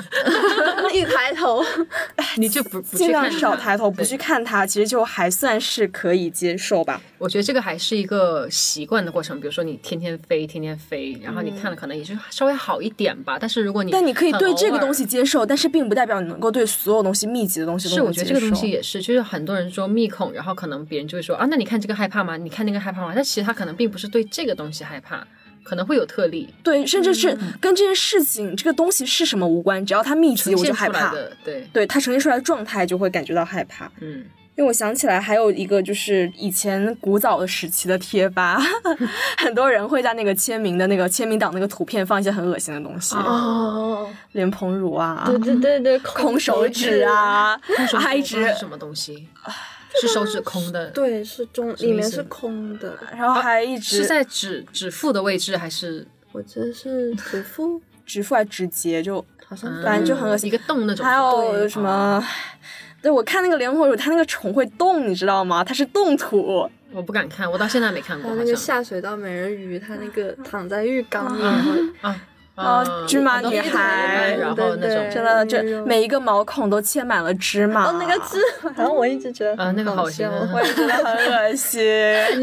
Speaker 4: 一抬头，
Speaker 3: 你就不不
Speaker 1: 哎尽
Speaker 3: 去
Speaker 1: 量
Speaker 3: 看
Speaker 1: 少
Speaker 3: 它
Speaker 1: 抬头，不
Speaker 3: 对
Speaker 1: 去看它，其实就还算是可以接受吧。
Speaker 3: 我觉得这个还是一个习惯的过程。比如说你天天飞，天天飞，然后你看了可能也就稍微好一点吧。但是如果你
Speaker 1: 嗯但你可以
Speaker 3: 很
Speaker 1: 对
Speaker 3: 偶
Speaker 1: 这个
Speaker 3: 尔
Speaker 1: 东西接受，但是并不代表你能够对所有东西密集的东西都
Speaker 3: 是，
Speaker 1: 能
Speaker 3: 我觉得
Speaker 1: 接
Speaker 3: 这个东
Speaker 1: 受
Speaker 3: 西也是，就是很多人说密恐，然后可能别人就会说啊，那你看这个害怕吗？你看那个害怕吗？但其实他可能并不是对这个东西害怕，可能会有特例
Speaker 1: 对，甚至是跟这件事情、这个东西是什么无关，只要它密集，
Speaker 3: 嗯呈
Speaker 1: 我就
Speaker 3: 现
Speaker 1: 害
Speaker 3: 出来
Speaker 1: 怕。
Speaker 3: 的。对，
Speaker 1: 对它呈现出来的状态，就会感觉到害怕。
Speaker 3: 嗯，
Speaker 1: 因为我想起来还有一个，就是以前古早的时期的贴吧， 很多人会在那个签名的那个签名档那个图片放一些很恶心的东西，
Speaker 4: 哦，
Speaker 1: 莲蓬乳啊、
Speaker 4: 对对对对，
Speaker 1: 空手指，啊， 还一直
Speaker 3: 是什么东西？是手指空的，，
Speaker 4: 对，是中
Speaker 3: 么意
Speaker 4: 里面
Speaker 3: 思
Speaker 4: 是空的，
Speaker 1: 然后还一直
Speaker 3: 哦是在指指腹的位置还是
Speaker 4: 我这是指腹，
Speaker 1: 指腹还指节，就
Speaker 4: 好像
Speaker 1: 反正就很恶
Speaker 3: 嗯一
Speaker 1: 心
Speaker 3: 个洞那种？
Speaker 1: 还有
Speaker 4: 对啊
Speaker 1: 什么？对，我看那个莲蓬乳，它那个虫会动，你知道吗？它是动土。
Speaker 3: 我不敢看，我到现在没看
Speaker 4: 还
Speaker 3: 过，
Speaker 4: 有
Speaker 3: 好
Speaker 4: 那个
Speaker 3: 像
Speaker 4: 下水道美人鱼，它那个躺在浴缸里，然后
Speaker 3: 啊
Speaker 1: 啊芝麻女孩
Speaker 3: 然后那种
Speaker 4: 对
Speaker 1: 真的，
Speaker 4: 鱼
Speaker 1: 这
Speaker 4: 肉
Speaker 1: 每一个毛孔都嵌满了芝麻。
Speaker 4: 哎哦那个字，好像我一直觉得
Speaker 3: 啊那个好
Speaker 4: 好
Speaker 3: 心
Speaker 4: 笑，
Speaker 3: 啊
Speaker 1: 我也觉得很恶 心。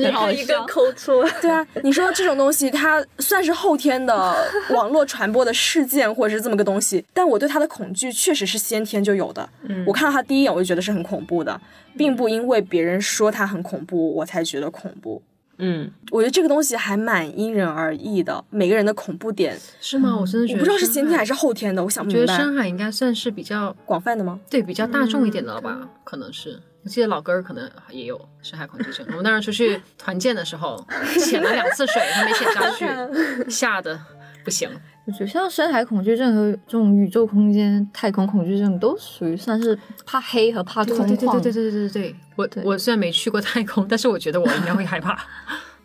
Speaker 4: 一
Speaker 2: 好
Speaker 4: 个一个
Speaker 2: 笑
Speaker 4: 抠出来。
Speaker 1: 对啊，你说这种东西，它算是后天的网络传播的事件，或者是这么个东西，但我对它的恐惧确实是先天就有的。
Speaker 4: 嗯
Speaker 1: 我看到它第一眼，我就觉得是很恐怖的，并不因为别人说它很恐怖，我才觉得恐怖。
Speaker 3: 嗯，
Speaker 1: 我觉得这个东西还蛮因人而异的，每个人的恐怖点，
Speaker 3: 是吗？我真的觉
Speaker 1: 我不
Speaker 3: 得
Speaker 1: 知道是
Speaker 3: 深
Speaker 1: 先天
Speaker 3: 海
Speaker 1: 还是后天的，我想不
Speaker 3: 觉
Speaker 1: 明
Speaker 3: 得
Speaker 1: 白。
Speaker 3: 深海应该算是比较
Speaker 1: 广泛的吗？
Speaker 3: 对比较大众一点的了吧，可能是。我记得老根儿可能也有深海恐惧症，我们当时出去团建的时候潜了两次水，他没潜下去，吓得不行。
Speaker 2: 我觉得像深海恐惧症和这种宇宙空间、太空恐惧症都属于算是怕黑和怕空旷。
Speaker 3: 对对对对，我我虽然没去过太空，但是我觉得我应该会害怕啊。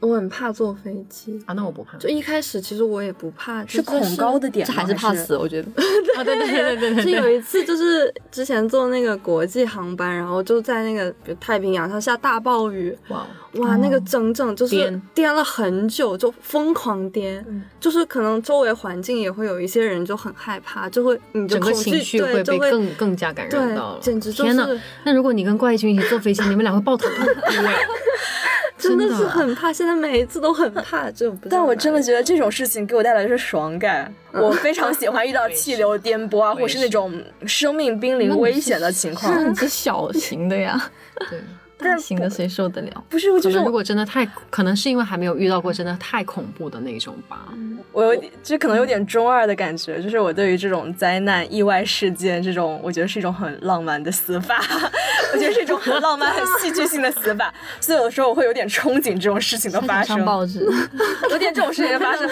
Speaker 4: 我很怕坐飞机。
Speaker 3: 那我不 怕。
Speaker 4: 就一开始其实我也不怕，
Speaker 1: 是
Speaker 4: 就是
Speaker 1: 恐高的点
Speaker 2: 这
Speaker 1: 吗？
Speaker 2: 还是怕死，我觉得。
Speaker 3: 啊，对对对对对
Speaker 4: 是
Speaker 3: 对
Speaker 4: 有一次，就是之前坐那个国际航班，然后就在那个比如太平洋上下大暴雨，
Speaker 3: 哇，
Speaker 4: 哇，那个整整就是
Speaker 3: 颠
Speaker 4: 颠了很久，就疯狂颠，就是可能周围环境也会有一些人就很害怕，就会你的
Speaker 3: 整个
Speaker 4: 恐
Speaker 3: 情
Speaker 4: 惧
Speaker 3: 绪
Speaker 4: 对
Speaker 3: 会
Speaker 4: 就
Speaker 3: 被
Speaker 4: 会
Speaker 3: 更更加感染
Speaker 4: 对
Speaker 3: 到了。
Speaker 4: 简直就
Speaker 3: 天呐
Speaker 4: 是，
Speaker 3: 那如果你跟怪异君一起坐飞机，你们俩会爆头痛。
Speaker 4: 真的
Speaker 3: 真的
Speaker 4: 是很怕，现在每一次都很怕，就不知道
Speaker 1: 但我
Speaker 4: 哪
Speaker 1: 真的
Speaker 4: 里
Speaker 1: 觉得这种事情给我带来的是爽感，我非常喜欢遇到
Speaker 3: 也是
Speaker 1: 气流颠簸啊，
Speaker 3: 我
Speaker 1: 或
Speaker 3: 也
Speaker 1: 是
Speaker 3: 是
Speaker 1: 那种生命濒临危险的情况。
Speaker 2: 是小型的呀，
Speaker 3: 对，
Speaker 2: 大型的谁受得了？
Speaker 1: 不是，我
Speaker 3: 可
Speaker 1: 就是
Speaker 3: 能如
Speaker 1: 我
Speaker 3: 果真的太，可能是因为还没有遇到过真的太恐怖的那种吧。
Speaker 1: 我有点，这可能有点中二的感觉，就是我对于这种灾难、意外事件这种，我觉得是一种很浪漫的死法， 我觉得是一种很浪漫、很戏剧性的死法，所以有的时候我会有点憧憬这种事情的发
Speaker 2: 还想
Speaker 1: 生
Speaker 2: 上。报纸，
Speaker 1: 有点这种事情发生，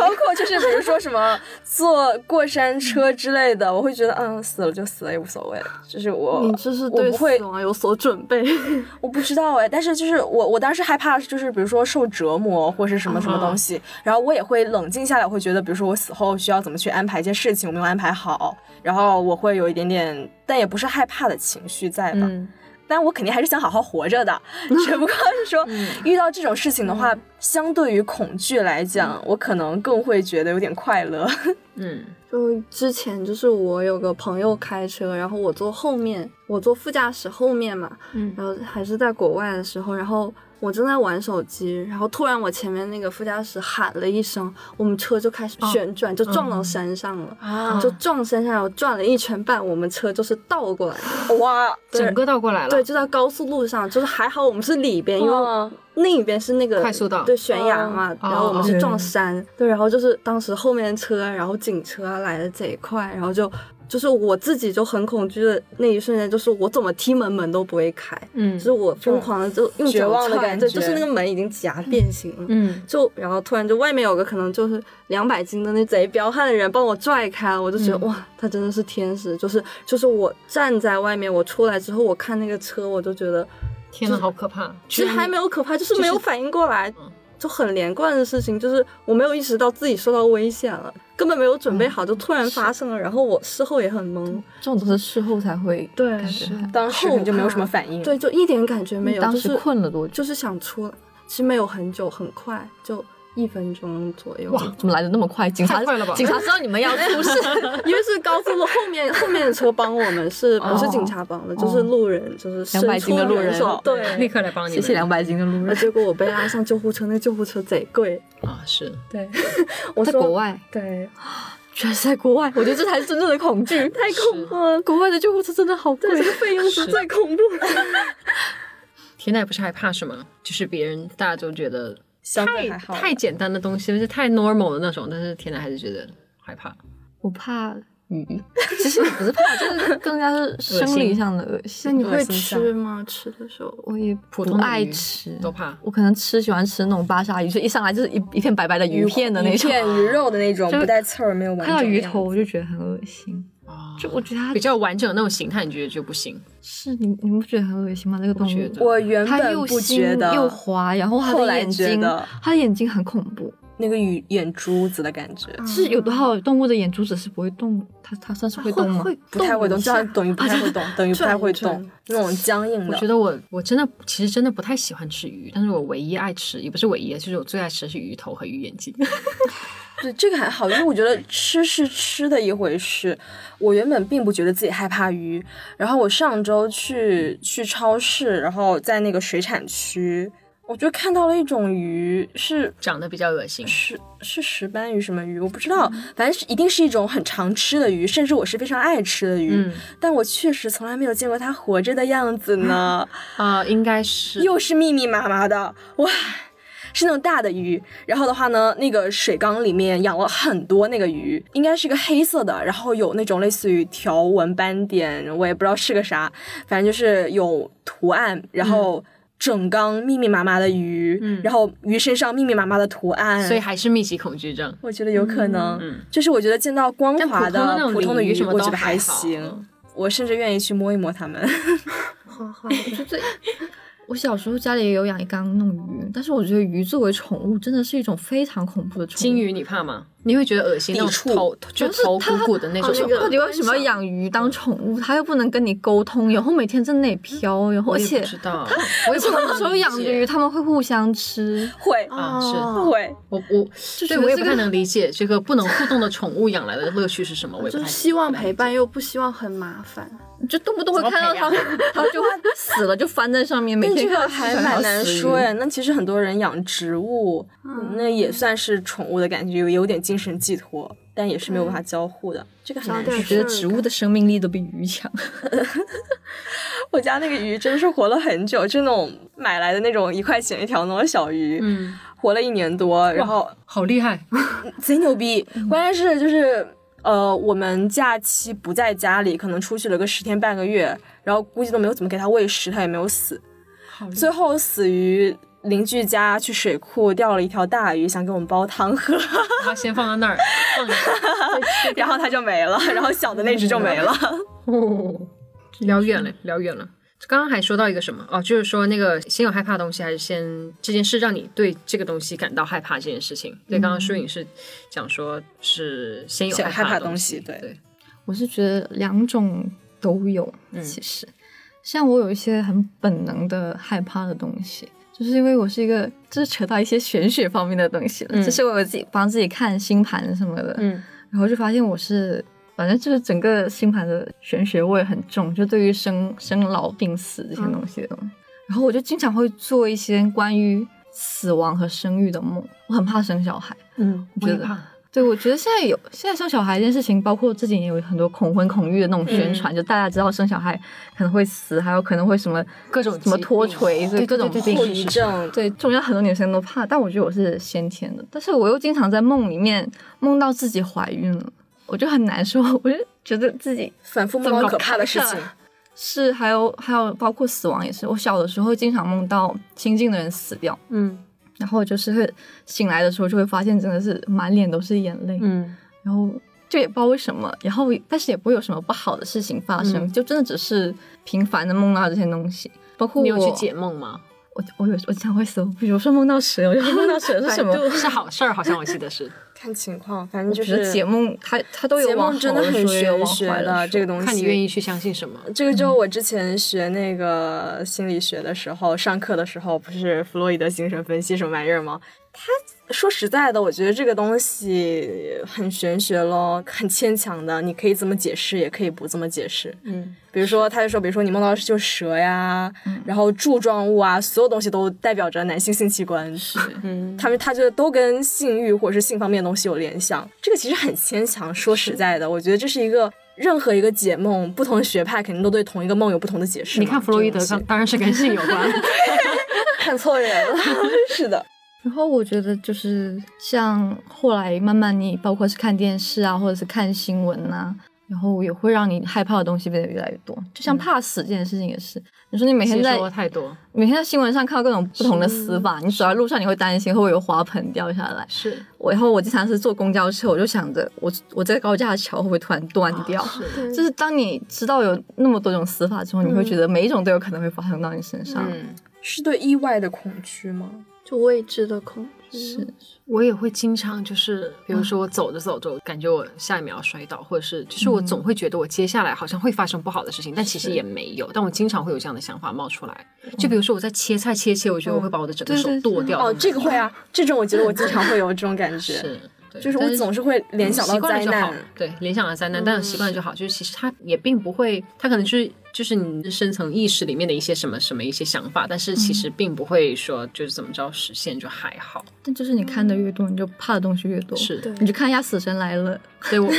Speaker 1: 包括就是比如说什么坐过山车之类的，我会觉得嗯死了就死了也无所谓，就是我
Speaker 4: 你就是
Speaker 1: 我
Speaker 4: 对
Speaker 1: 不会
Speaker 4: 死亡有所准 备，
Speaker 1: 我不知道哎，但是就是我我当时害怕就是比如说受折磨或是什么什么东西，然后我也会冷静下来，我会觉得比如说我死后需要怎么去安排一些事情，我没有安排好，然后我会有一点点，但也不是害怕的情绪在吧，
Speaker 3: 嗯，
Speaker 1: 但我肯定还是想好好活着的，只不过是说遇到这种事情的话，相对于恐惧来讲，我可能更会觉得有点快乐。
Speaker 3: 嗯，
Speaker 4: 就之前就是我有个朋友开车，然后我坐后面，我坐副驾驶后面嘛，
Speaker 2: 嗯
Speaker 4: 然后还是在国外的时候，然后我正在玩手机，然后突然我前面那个副驾驶喊了一声，我们车就开始旋转，就撞到山上了，
Speaker 1: 啊
Speaker 4: 就撞山上，然后转了一圈半，我们车就是倒过来的，
Speaker 1: 哇，
Speaker 4: 对
Speaker 3: 整个倒过来了。
Speaker 4: 对，就在高速路上，就是还好我们是里边，因为
Speaker 1: 嗯
Speaker 4: 另一边是那个
Speaker 3: 快速道哦
Speaker 4: 对悬
Speaker 1: 哦
Speaker 4: 崖嘛，然后我们是撞山，对，然后就是当时后面车，然后警车啊来的贼快，然后就就是我自己就很恐惧的那一瞬间，就是我怎么踢门门都不会开，
Speaker 3: 嗯
Speaker 4: 就是我疯狂的就用
Speaker 1: 绝
Speaker 4: 脚
Speaker 1: 望的
Speaker 4: 踹
Speaker 1: 感
Speaker 4: 对，
Speaker 1: 觉
Speaker 4: 就是那个门已经夹变形了，
Speaker 3: 嗯，
Speaker 4: 就然后突然就外面有个可能就是两百斤的那贼彪悍的人帮我拽开了，我就觉
Speaker 3: 嗯
Speaker 4: 得、哇，他真的是天使，就是就是我站在外面，我出来之后，我看那个车，我就觉得
Speaker 3: 天呐，好可怕！
Speaker 2: 嗯
Speaker 4: 其实还没
Speaker 3: 有
Speaker 4: 有可怕，就是
Speaker 3: 是
Speaker 4: 没有反应过来，
Speaker 3: 嗯
Speaker 4: 就很连贯的事情，就是我没有意识到自己受到危险了，根本没有准备好，就突然发生
Speaker 2: 嗯
Speaker 4: 了，然后我事后也很懵，
Speaker 2: 这种都是事后才会
Speaker 4: 对
Speaker 2: 感觉
Speaker 4: 是
Speaker 2: 害怕。
Speaker 1: 当时
Speaker 4: 后
Speaker 1: 可能就没有
Speaker 4: 怕
Speaker 1: 什么反应。
Speaker 4: 对，就一点感觉没有，
Speaker 2: 当
Speaker 4: 就
Speaker 2: 时
Speaker 4: 是
Speaker 2: 困了多久？
Speaker 4: 就是想出来，其实没有很久，很快就一分钟左右，
Speaker 2: 怎么来的那么快？警察
Speaker 3: 太快了 吧
Speaker 2: 警察知道你们要出事，
Speaker 4: 因为是高速路后 面后面的车帮我们，是
Speaker 2: 哦
Speaker 4: 不是警察帮的？就是路人，就是伸
Speaker 2: 200
Speaker 4: 出
Speaker 2: 斤的路人哦
Speaker 4: 援手
Speaker 3: 立
Speaker 4: 对。
Speaker 3: 刻来帮你
Speaker 2: 谢
Speaker 3: 们。
Speaker 2: 谢两百斤的路
Speaker 4: 那
Speaker 2: 人。
Speaker 4: 结果我被拉上救护车，那救护车贼贵。
Speaker 3: 啊，是
Speaker 4: 对， 我
Speaker 2: 在
Speaker 4: 说
Speaker 2: 国外，
Speaker 4: 对，
Speaker 2: 居然是在国外，我觉得这才是真正的恐 惧。
Speaker 4: 太恐怖了，
Speaker 2: 国外的救护车真的好贵
Speaker 4: 对，这个费用是
Speaker 3: 是
Speaker 4: 最恐怖的。
Speaker 3: 田奶不是还怕什么？就是别人大家都觉得
Speaker 1: 相对还
Speaker 3: 太
Speaker 1: 好
Speaker 3: 太简单的东西，就是太 normal 的那种，但是田奶还是觉得害怕。
Speaker 2: 我怕
Speaker 1: 嗯
Speaker 2: 鱼，其实也不是怕，就是更加是生理上的恶
Speaker 4: 那
Speaker 2: 心。
Speaker 4: 你
Speaker 1: 恶
Speaker 4: 会
Speaker 1: 心上
Speaker 4: 吃吗？吃的时候，
Speaker 2: 我也
Speaker 3: 普
Speaker 2: 不
Speaker 3: 通的
Speaker 2: 爱
Speaker 3: 鱼
Speaker 2: 吃，
Speaker 3: 都怕
Speaker 2: 我可能吃喜欢吃那种巴沙鱼，就一上来就是一一片白白的鱼片的那种
Speaker 1: 鱼，片鱼肉的那种，
Speaker 2: 就
Speaker 1: 不带刺儿，没有完
Speaker 2: 看
Speaker 1: 整
Speaker 2: 到
Speaker 1: 的
Speaker 2: 鱼
Speaker 1: 样
Speaker 2: 头
Speaker 1: 子。
Speaker 2: 我就觉得很恶心。
Speaker 3: 啊
Speaker 2: 就我觉得它
Speaker 3: 比较完整的那种形态，你觉得就不行？
Speaker 2: 是你你们不觉得很恶心吗？这个东
Speaker 3: 觉
Speaker 2: 西
Speaker 3: 得，
Speaker 1: 我原
Speaker 2: 它
Speaker 1: 本
Speaker 2: 又
Speaker 1: 不
Speaker 2: 腥
Speaker 1: 觉得，
Speaker 2: 又滑，然后它
Speaker 1: 后
Speaker 2: 的
Speaker 1: 来
Speaker 2: 眼
Speaker 1: 觉
Speaker 2: 睛
Speaker 1: 得，
Speaker 2: 它的眼睛很恐怖。
Speaker 1: 那个鱼眼珠子的感觉，
Speaker 2: 是有多少动物的眼珠子是不会动，它它算是会动吗？
Speaker 4: 会
Speaker 1: 不太会动，
Speaker 4: 一
Speaker 1: 就
Speaker 4: 下
Speaker 1: 像等于不太会动，等于不太会
Speaker 4: 转一
Speaker 1: 动，那种僵硬
Speaker 3: 我
Speaker 1: 的
Speaker 3: 觉。得我我真的其实真的不太喜欢吃鱼，但是我唯一爱吃也不是唯一，啊就是我最爱吃的是鱼头和鱼眼睛。
Speaker 1: 对，这个还好，因为我觉得吃是吃的一回事。我原本并不觉得自己害怕鱼，然后我上周去去超市，然后在那个水产区，我就看到了一种鱼，是
Speaker 3: 长得比较恶心，
Speaker 1: 是是石斑鱼什么鱼，我不知道，反正是一定是一种很常吃的鱼，甚至我是非常爱吃的鱼，
Speaker 3: 嗯
Speaker 1: 但我确实从来没有见过它活着的样子呢，
Speaker 3: 啊、应该是
Speaker 1: 又是密密麻麻的，哇！是那种大的鱼。然后的话呢，那个水缸里面养了很多那个鱼，应该是个黑色的，然后有那种类似于条纹斑点，我也不知道是个啥，反正就是有图案，然后。整缸密密麻麻的鱼，
Speaker 3: 嗯
Speaker 1: 然后鱼身上密密麻麻的图案，
Speaker 3: 所以还是密集恐惧症。
Speaker 1: 我觉得有可能，
Speaker 3: 嗯嗯
Speaker 1: 就是我觉得见到光
Speaker 3: 但普
Speaker 1: 滑
Speaker 3: 通的那
Speaker 1: 的
Speaker 3: 种
Speaker 1: 普通的
Speaker 3: 鲤鱼
Speaker 1: 鱼，
Speaker 3: 什么
Speaker 1: 我
Speaker 3: 都
Speaker 1: 觉得
Speaker 3: 还
Speaker 1: 还
Speaker 3: 好啊嗯
Speaker 1: 行，我甚至愿意去摸一摸它们。
Speaker 4: 花花，我觉得这
Speaker 2: 我小时候家里也有养一缸那种鱼，但是我觉得鱼作为宠物真的是一种非常恐怖的宠物。
Speaker 3: 金鱼你怕吗？你会觉得恶心，
Speaker 1: 抵
Speaker 3: 那
Speaker 1: 触
Speaker 3: 种头就头
Speaker 2: 它
Speaker 3: 鼓鼓的那种
Speaker 4: 哦。那个
Speaker 2: 到底为什么要养鱼当宠物？它又不能跟你沟通，然后每天在
Speaker 1: 嗯
Speaker 2: 那里飘，然后
Speaker 3: 我
Speaker 2: 而
Speaker 3: 也
Speaker 2: 且
Speaker 3: 不知道，我
Speaker 2: 而
Speaker 3: 也
Speaker 2: 且
Speaker 3: 不
Speaker 2: 我
Speaker 3: 能
Speaker 2: 们所有养的
Speaker 3: 理解
Speaker 2: 鱼，它们会互相吃。
Speaker 1: 会
Speaker 3: 啊是
Speaker 4: 哦
Speaker 1: 会，
Speaker 3: 我我
Speaker 2: 就觉
Speaker 3: 对
Speaker 2: 得
Speaker 3: 我也不
Speaker 2: 这个
Speaker 3: 太能理解这个不能互动的宠物养来的乐趣是什么，我也不
Speaker 4: 就
Speaker 3: 太
Speaker 4: 是希望
Speaker 3: 不太
Speaker 4: 陪伴又不希望很麻烦。
Speaker 2: 就动不动会看到它，它就会死了，就翻在上面，每
Speaker 1: 但
Speaker 2: 天
Speaker 1: 这
Speaker 2: 看
Speaker 1: 个
Speaker 2: 到
Speaker 1: 还
Speaker 2: 吃
Speaker 1: 蛮
Speaker 2: 到
Speaker 1: 难
Speaker 2: 死鱼
Speaker 1: 说呀。那其实很多人养植物，那也算是宠物的感觉，有点精神寄托，但也是没有办法交互的。这个很
Speaker 4: 找
Speaker 1: 难说
Speaker 4: 点
Speaker 2: 我觉得植物的生命力都比鱼强。
Speaker 1: 我家那个鱼真的是活了很久，就那种买来的那种一块钱一条那种小鱼，
Speaker 3: 嗯，
Speaker 1: 活了一年多，然后
Speaker 3: 好厉害，
Speaker 1: 贼牛逼！关键是就是呃，我们假期不在家里，可能出去了个十天半个月，然后估计都没有怎么给它喂食，它也没有死。最后死于邻居家去水库钓了一条大鱼，想给我们煲汤喝，
Speaker 3: 它先放在那儿，放着
Speaker 1: 然后它就没了，然后小的那只就没了。
Speaker 3: 哦，聊远了，聊远了。刚刚还说到一个什么哦，就是说那个先有害怕的东西，还是先这件事让你对这个东西感到害怕这件事情。对，刚刚舒颖是讲说是先有
Speaker 1: 先有害怕
Speaker 3: 怕
Speaker 1: 的
Speaker 3: 东
Speaker 1: 东西对
Speaker 3: 对，
Speaker 2: 我是觉得两种都有，其实，像我有一些很本能的害怕的东西，就是因为我是一个，这扯到一些玄学方面的东西了，
Speaker 3: 嗯
Speaker 2: 就是我有自己帮自己看星盘什么的，
Speaker 3: 嗯
Speaker 2: 然后就发现我是，反正就是整个星盘的玄学味很重，就对于生生老病死这些东西的东西。然后我就经常会做一些关于死亡和生育的梦，我很怕生小孩。
Speaker 1: 嗯，
Speaker 2: 我觉得对，我觉得现在有现在生小孩这件事情，包括自己也有很多恐婚恐育的那种宣
Speaker 3: 嗯
Speaker 2: 传，就大家知道生小孩可能会死，还有可能会什么
Speaker 3: 各种
Speaker 2: 什么
Speaker 3: 疾病
Speaker 2: 脱垂，所以各种
Speaker 3: 对
Speaker 2: 病
Speaker 1: 后遗症。
Speaker 2: 对，重要很多女生都怕，但我觉得我是先天的，但是我又经常在梦里面梦到自己怀孕了，我就很难受，我就觉得自己
Speaker 1: 反复梦到可怕的事
Speaker 2: 怎
Speaker 1: 情
Speaker 2: 么，是，还有还有包括死亡也是，我小的时候经常梦到亲近的人死掉，
Speaker 3: 嗯
Speaker 2: 然后就是会醒来的时候就会发现真的是满脸都是眼泪，
Speaker 3: 嗯
Speaker 2: 然后就也不知道为什么，然后但是也不会有什么不好的事情发生，
Speaker 3: 嗯
Speaker 2: 就真的只是频繁的梦到这些东西。包括我，
Speaker 3: 你有去解梦吗？
Speaker 2: 我我有我经常会死，我比如说梦到蛇，我就梦到蛇是 什么？
Speaker 3: 是好事儿，好像我记得是
Speaker 1: 看情况，反正
Speaker 2: 我
Speaker 1: 就
Speaker 2: 觉得
Speaker 1: 是
Speaker 2: 解梦，它它都有
Speaker 1: 解
Speaker 2: 往
Speaker 1: 梦
Speaker 2: 好
Speaker 1: 真的很
Speaker 2: 说也有
Speaker 1: 玄
Speaker 2: 往
Speaker 1: 学
Speaker 2: 坏
Speaker 1: 的
Speaker 2: 说
Speaker 1: 这个东西，
Speaker 3: 看你愿意去相信什么。
Speaker 1: 这个就是我之前学那个心理学的时候，上课的时候不是弗洛伊德精神分析什么玩意儿吗？他说实在的，我觉得这个东西很玄学咯，很牵强的，你可以这么解释，也可以不这么解释。
Speaker 3: 嗯，
Speaker 1: 比如说，他就说，比如说你梦到的是就是蛇呀，然后柱状物啊，所有东西都代表着男性性器官。
Speaker 2: 是
Speaker 1: 他们他觉得都跟性欲或者是性方面的东西有联想，这个其实很牵强。说实在的，我觉得这是一个任何一个解梦，不同的学派肯定都对同一个梦有不同的解释嘛。
Speaker 3: 你看弗洛伊德
Speaker 1: 这种
Speaker 3: 当
Speaker 1: 东
Speaker 3: 当然是跟性有关，
Speaker 4: 看错人 了，
Speaker 1: 西是的，
Speaker 2: 然后我觉得就是像后来慢慢你包括是看电视啊，或者是看新闻呐、然后也会让你害怕的东西变得越来越多。就
Speaker 3: 嗯
Speaker 2: 像怕死这件事情也是，你说你每天
Speaker 3: 解
Speaker 2: 在
Speaker 3: 说太多
Speaker 2: 每天在新闻上看到各种不同的死法，你走在路上你会担心会不会有花盆掉下来。
Speaker 3: 是
Speaker 2: 我然后我经常是坐公交车，我就想着我我在高架桥会不会突然
Speaker 3: 啊
Speaker 2: 断掉。
Speaker 4: 对
Speaker 2: 就是当你知道有那么多种死法之后，你会觉得每一种都有可能会发生到你身上。
Speaker 3: 嗯，
Speaker 1: 是对意外的恐惧吗？
Speaker 4: 就未知的恐惧。
Speaker 2: 是，
Speaker 3: 我也会经常就是，比如说我走着走着，我感觉我下一秒要摔倒，或者是就是我总会觉得我接下来好像会发生不好的事情，但其实也没有，但我经常会有这样的想法冒出来。就比如说我在切菜切切，我觉得我会把我的整个
Speaker 2: 对
Speaker 3: 手
Speaker 2: 对
Speaker 3: 剁掉的那种。
Speaker 1: 哦，这个会啊，这种我觉得我经常会有这种感觉，
Speaker 3: 是，对
Speaker 1: 就是
Speaker 3: 但
Speaker 1: 我总是会联想到
Speaker 3: 习惯了
Speaker 1: 灾
Speaker 3: 就好
Speaker 1: 难嗯
Speaker 3: 了，对，联想到灾难，但是习惯了就好。就是其实它也并不会，它可能就是就是你深层意识里面的一些什么什么一些想法，但是其
Speaker 1: 嗯
Speaker 3: 实并不会说就是怎么着实现，就还好。
Speaker 2: 但就是你看的越多，你就怕的东西越多。
Speaker 3: 是，
Speaker 4: 对
Speaker 2: 你去看一下《死神来了》，
Speaker 3: 对我我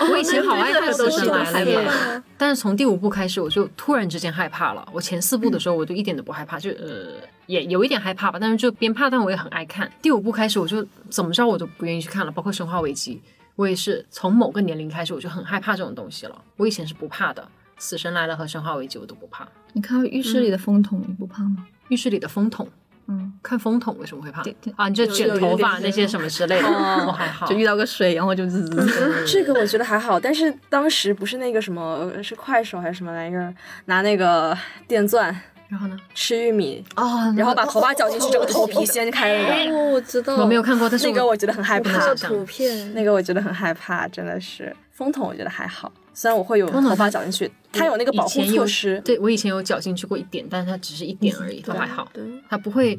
Speaker 1: 哦
Speaker 3: 我以前好爱看《死
Speaker 4: 都
Speaker 3: 神
Speaker 4: 是
Speaker 3: 来了》
Speaker 4: 耶
Speaker 3: 耶。
Speaker 4: 啊
Speaker 3: 但是从第五部开始，我就突然之间害怕了。我前四部的时候，我就一点都不害怕，就呃也有一点害怕吧，但是就边怕，但我也很爱看。第五部开始，我就怎么着我都不愿意去看了，包括《生化危机》，我也是从某个年龄开始，我就很害怕这种东西了。我以前是不怕的，《死神来了》和《生化危机》我都不怕。
Speaker 2: 你看到浴室里的风筒，你不怕吗？
Speaker 3: 浴室里的风筒，
Speaker 2: 嗯，
Speaker 3: 看风筒为什么会怕
Speaker 2: 对对
Speaker 3: 啊？你就卷
Speaker 4: 有有
Speaker 3: 头
Speaker 4: 点
Speaker 3: 发那些什么之类的，
Speaker 1: 哦
Speaker 3: 我 还好。
Speaker 2: 就遇到个水，然后就滋
Speaker 3: 嗯
Speaker 2: 滋滋。
Speaker 1: 这个我觉得还好，但是当时不是那个什么，呃是快手还是什么来着？拿那个电钻
Speaker 3: 然后呢？
Speaker 1: 吃玉米，
Speaker 3: 哦，
Speaker 1: 然后把头发绞进去，整个头皮掀开那个，
Speaker 4: 哦，我知道，
Speaker 3: 我没有看过，但是
Speaker 1: 那个我觉得很害
Speaker 4: 我看过
Speaker 1: 怕，
Speaker 4: 图片，
Speaker 1: 那个我觉得很害怕，真的是风筒我觉得还好，虽然我会有
Speaker 3: 风筒
Speaker 1: 头发
Speaker 3: 它
Speaker 1: 绞进去，它有那个
Speaker 3: 以
Speaker 1: 保护
Speaker 3: 前有
Speaker 1: 措施，嗯
Speaker 3: 对我以前有绞进去过一点，但是它只是一点而已，它还好，
Speaker 4: 对，
Speaker 3: 它不会，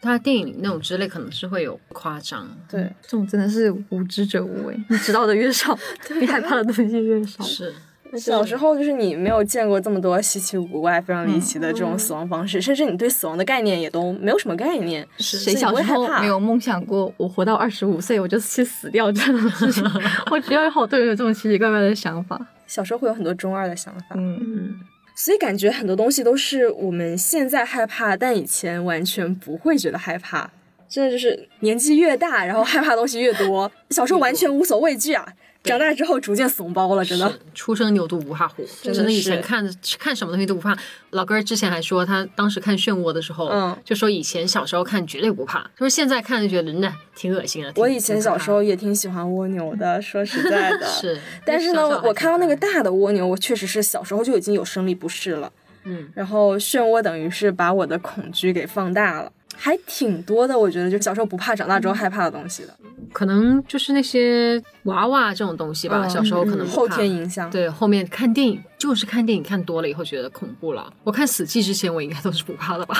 Speaker 3: 它电影那种之类可能是会有夸张。
Speaker 1: 对。
Speaker 2: 这种真的是无知者无畏，你知道的越少，你害怕的东西越少。
Speaker 3: 是，
Speaker 1: 小时候就是你没有见过这么多稀奇古怪、非常离奇的这种死亡方式，甚至你对死亡的概念也都没有什么概念。
Speaker 2: 谁小时候没有梦想过，我活到二十五岁我就去死掉这种事情？我觉得有好多人有这种奇奇怪怪的想法。
Speaker 1: 小时候会有很多中二的想法，
Speaker 2: 嗯，
Speaker 4: 嗯，
Speaker 1: 所以感觉很多东西都是我们现在害怕，但以前完全不会觉得害怕。真的就是年纪越大，然后害怕的东西越多。小时候完全无所畏惧啊，长大之后逐渐怂包了，真的
Speaker 3: 是。初生牛犊不怕虎，真
Speaker 1: 的
Speaker 3: 的以
Speaker 1: 是
Speaker 3: 前看看什么东西都不怕。老哥儿之前还说，他当时看《漩涡》的时候，
Speaker 1: 嗯
Speaker 3: 就说以前小时候看绝对不怕，就是现在看就觉得呢挺恶心的。挺
Speaker 1: 我以前小时。
Speaker 3: 挺可怕的
Speaker 1: 候也挺喜欢蜗牛的，说实 在的。
Speaker 3: 是，
Speaker 1: 但是呢
Speaker 3: 小时候还，挺
Speaker 1: 我看到那个
Speaker 3: 怕的，
Speaker 1: 大的蜗牛，我确实是小时候就已经有生理不适了。
Speaker 3: 嗯，
Speaker 1: 然后漩涡等于是把我的恐惧给放大了，还挺多的。我觉得就小时候不怕，长大之
Speaker 3: 嗯
Speaker 1: 后害怕的东西的，
Speaker 3: 可能就是那些娃娃这种东西吧，
Speaker 1: 嗯
Speaker 3: 小时候可能不
Speaker 1: 后
Speaker 3: 怕
Speaker 1: 天影响。
Speaker 3: 对，后面看电影就是看电影看多了以后觉得恐怖了。我看《死寂》之前，我应该都是不怕的吧？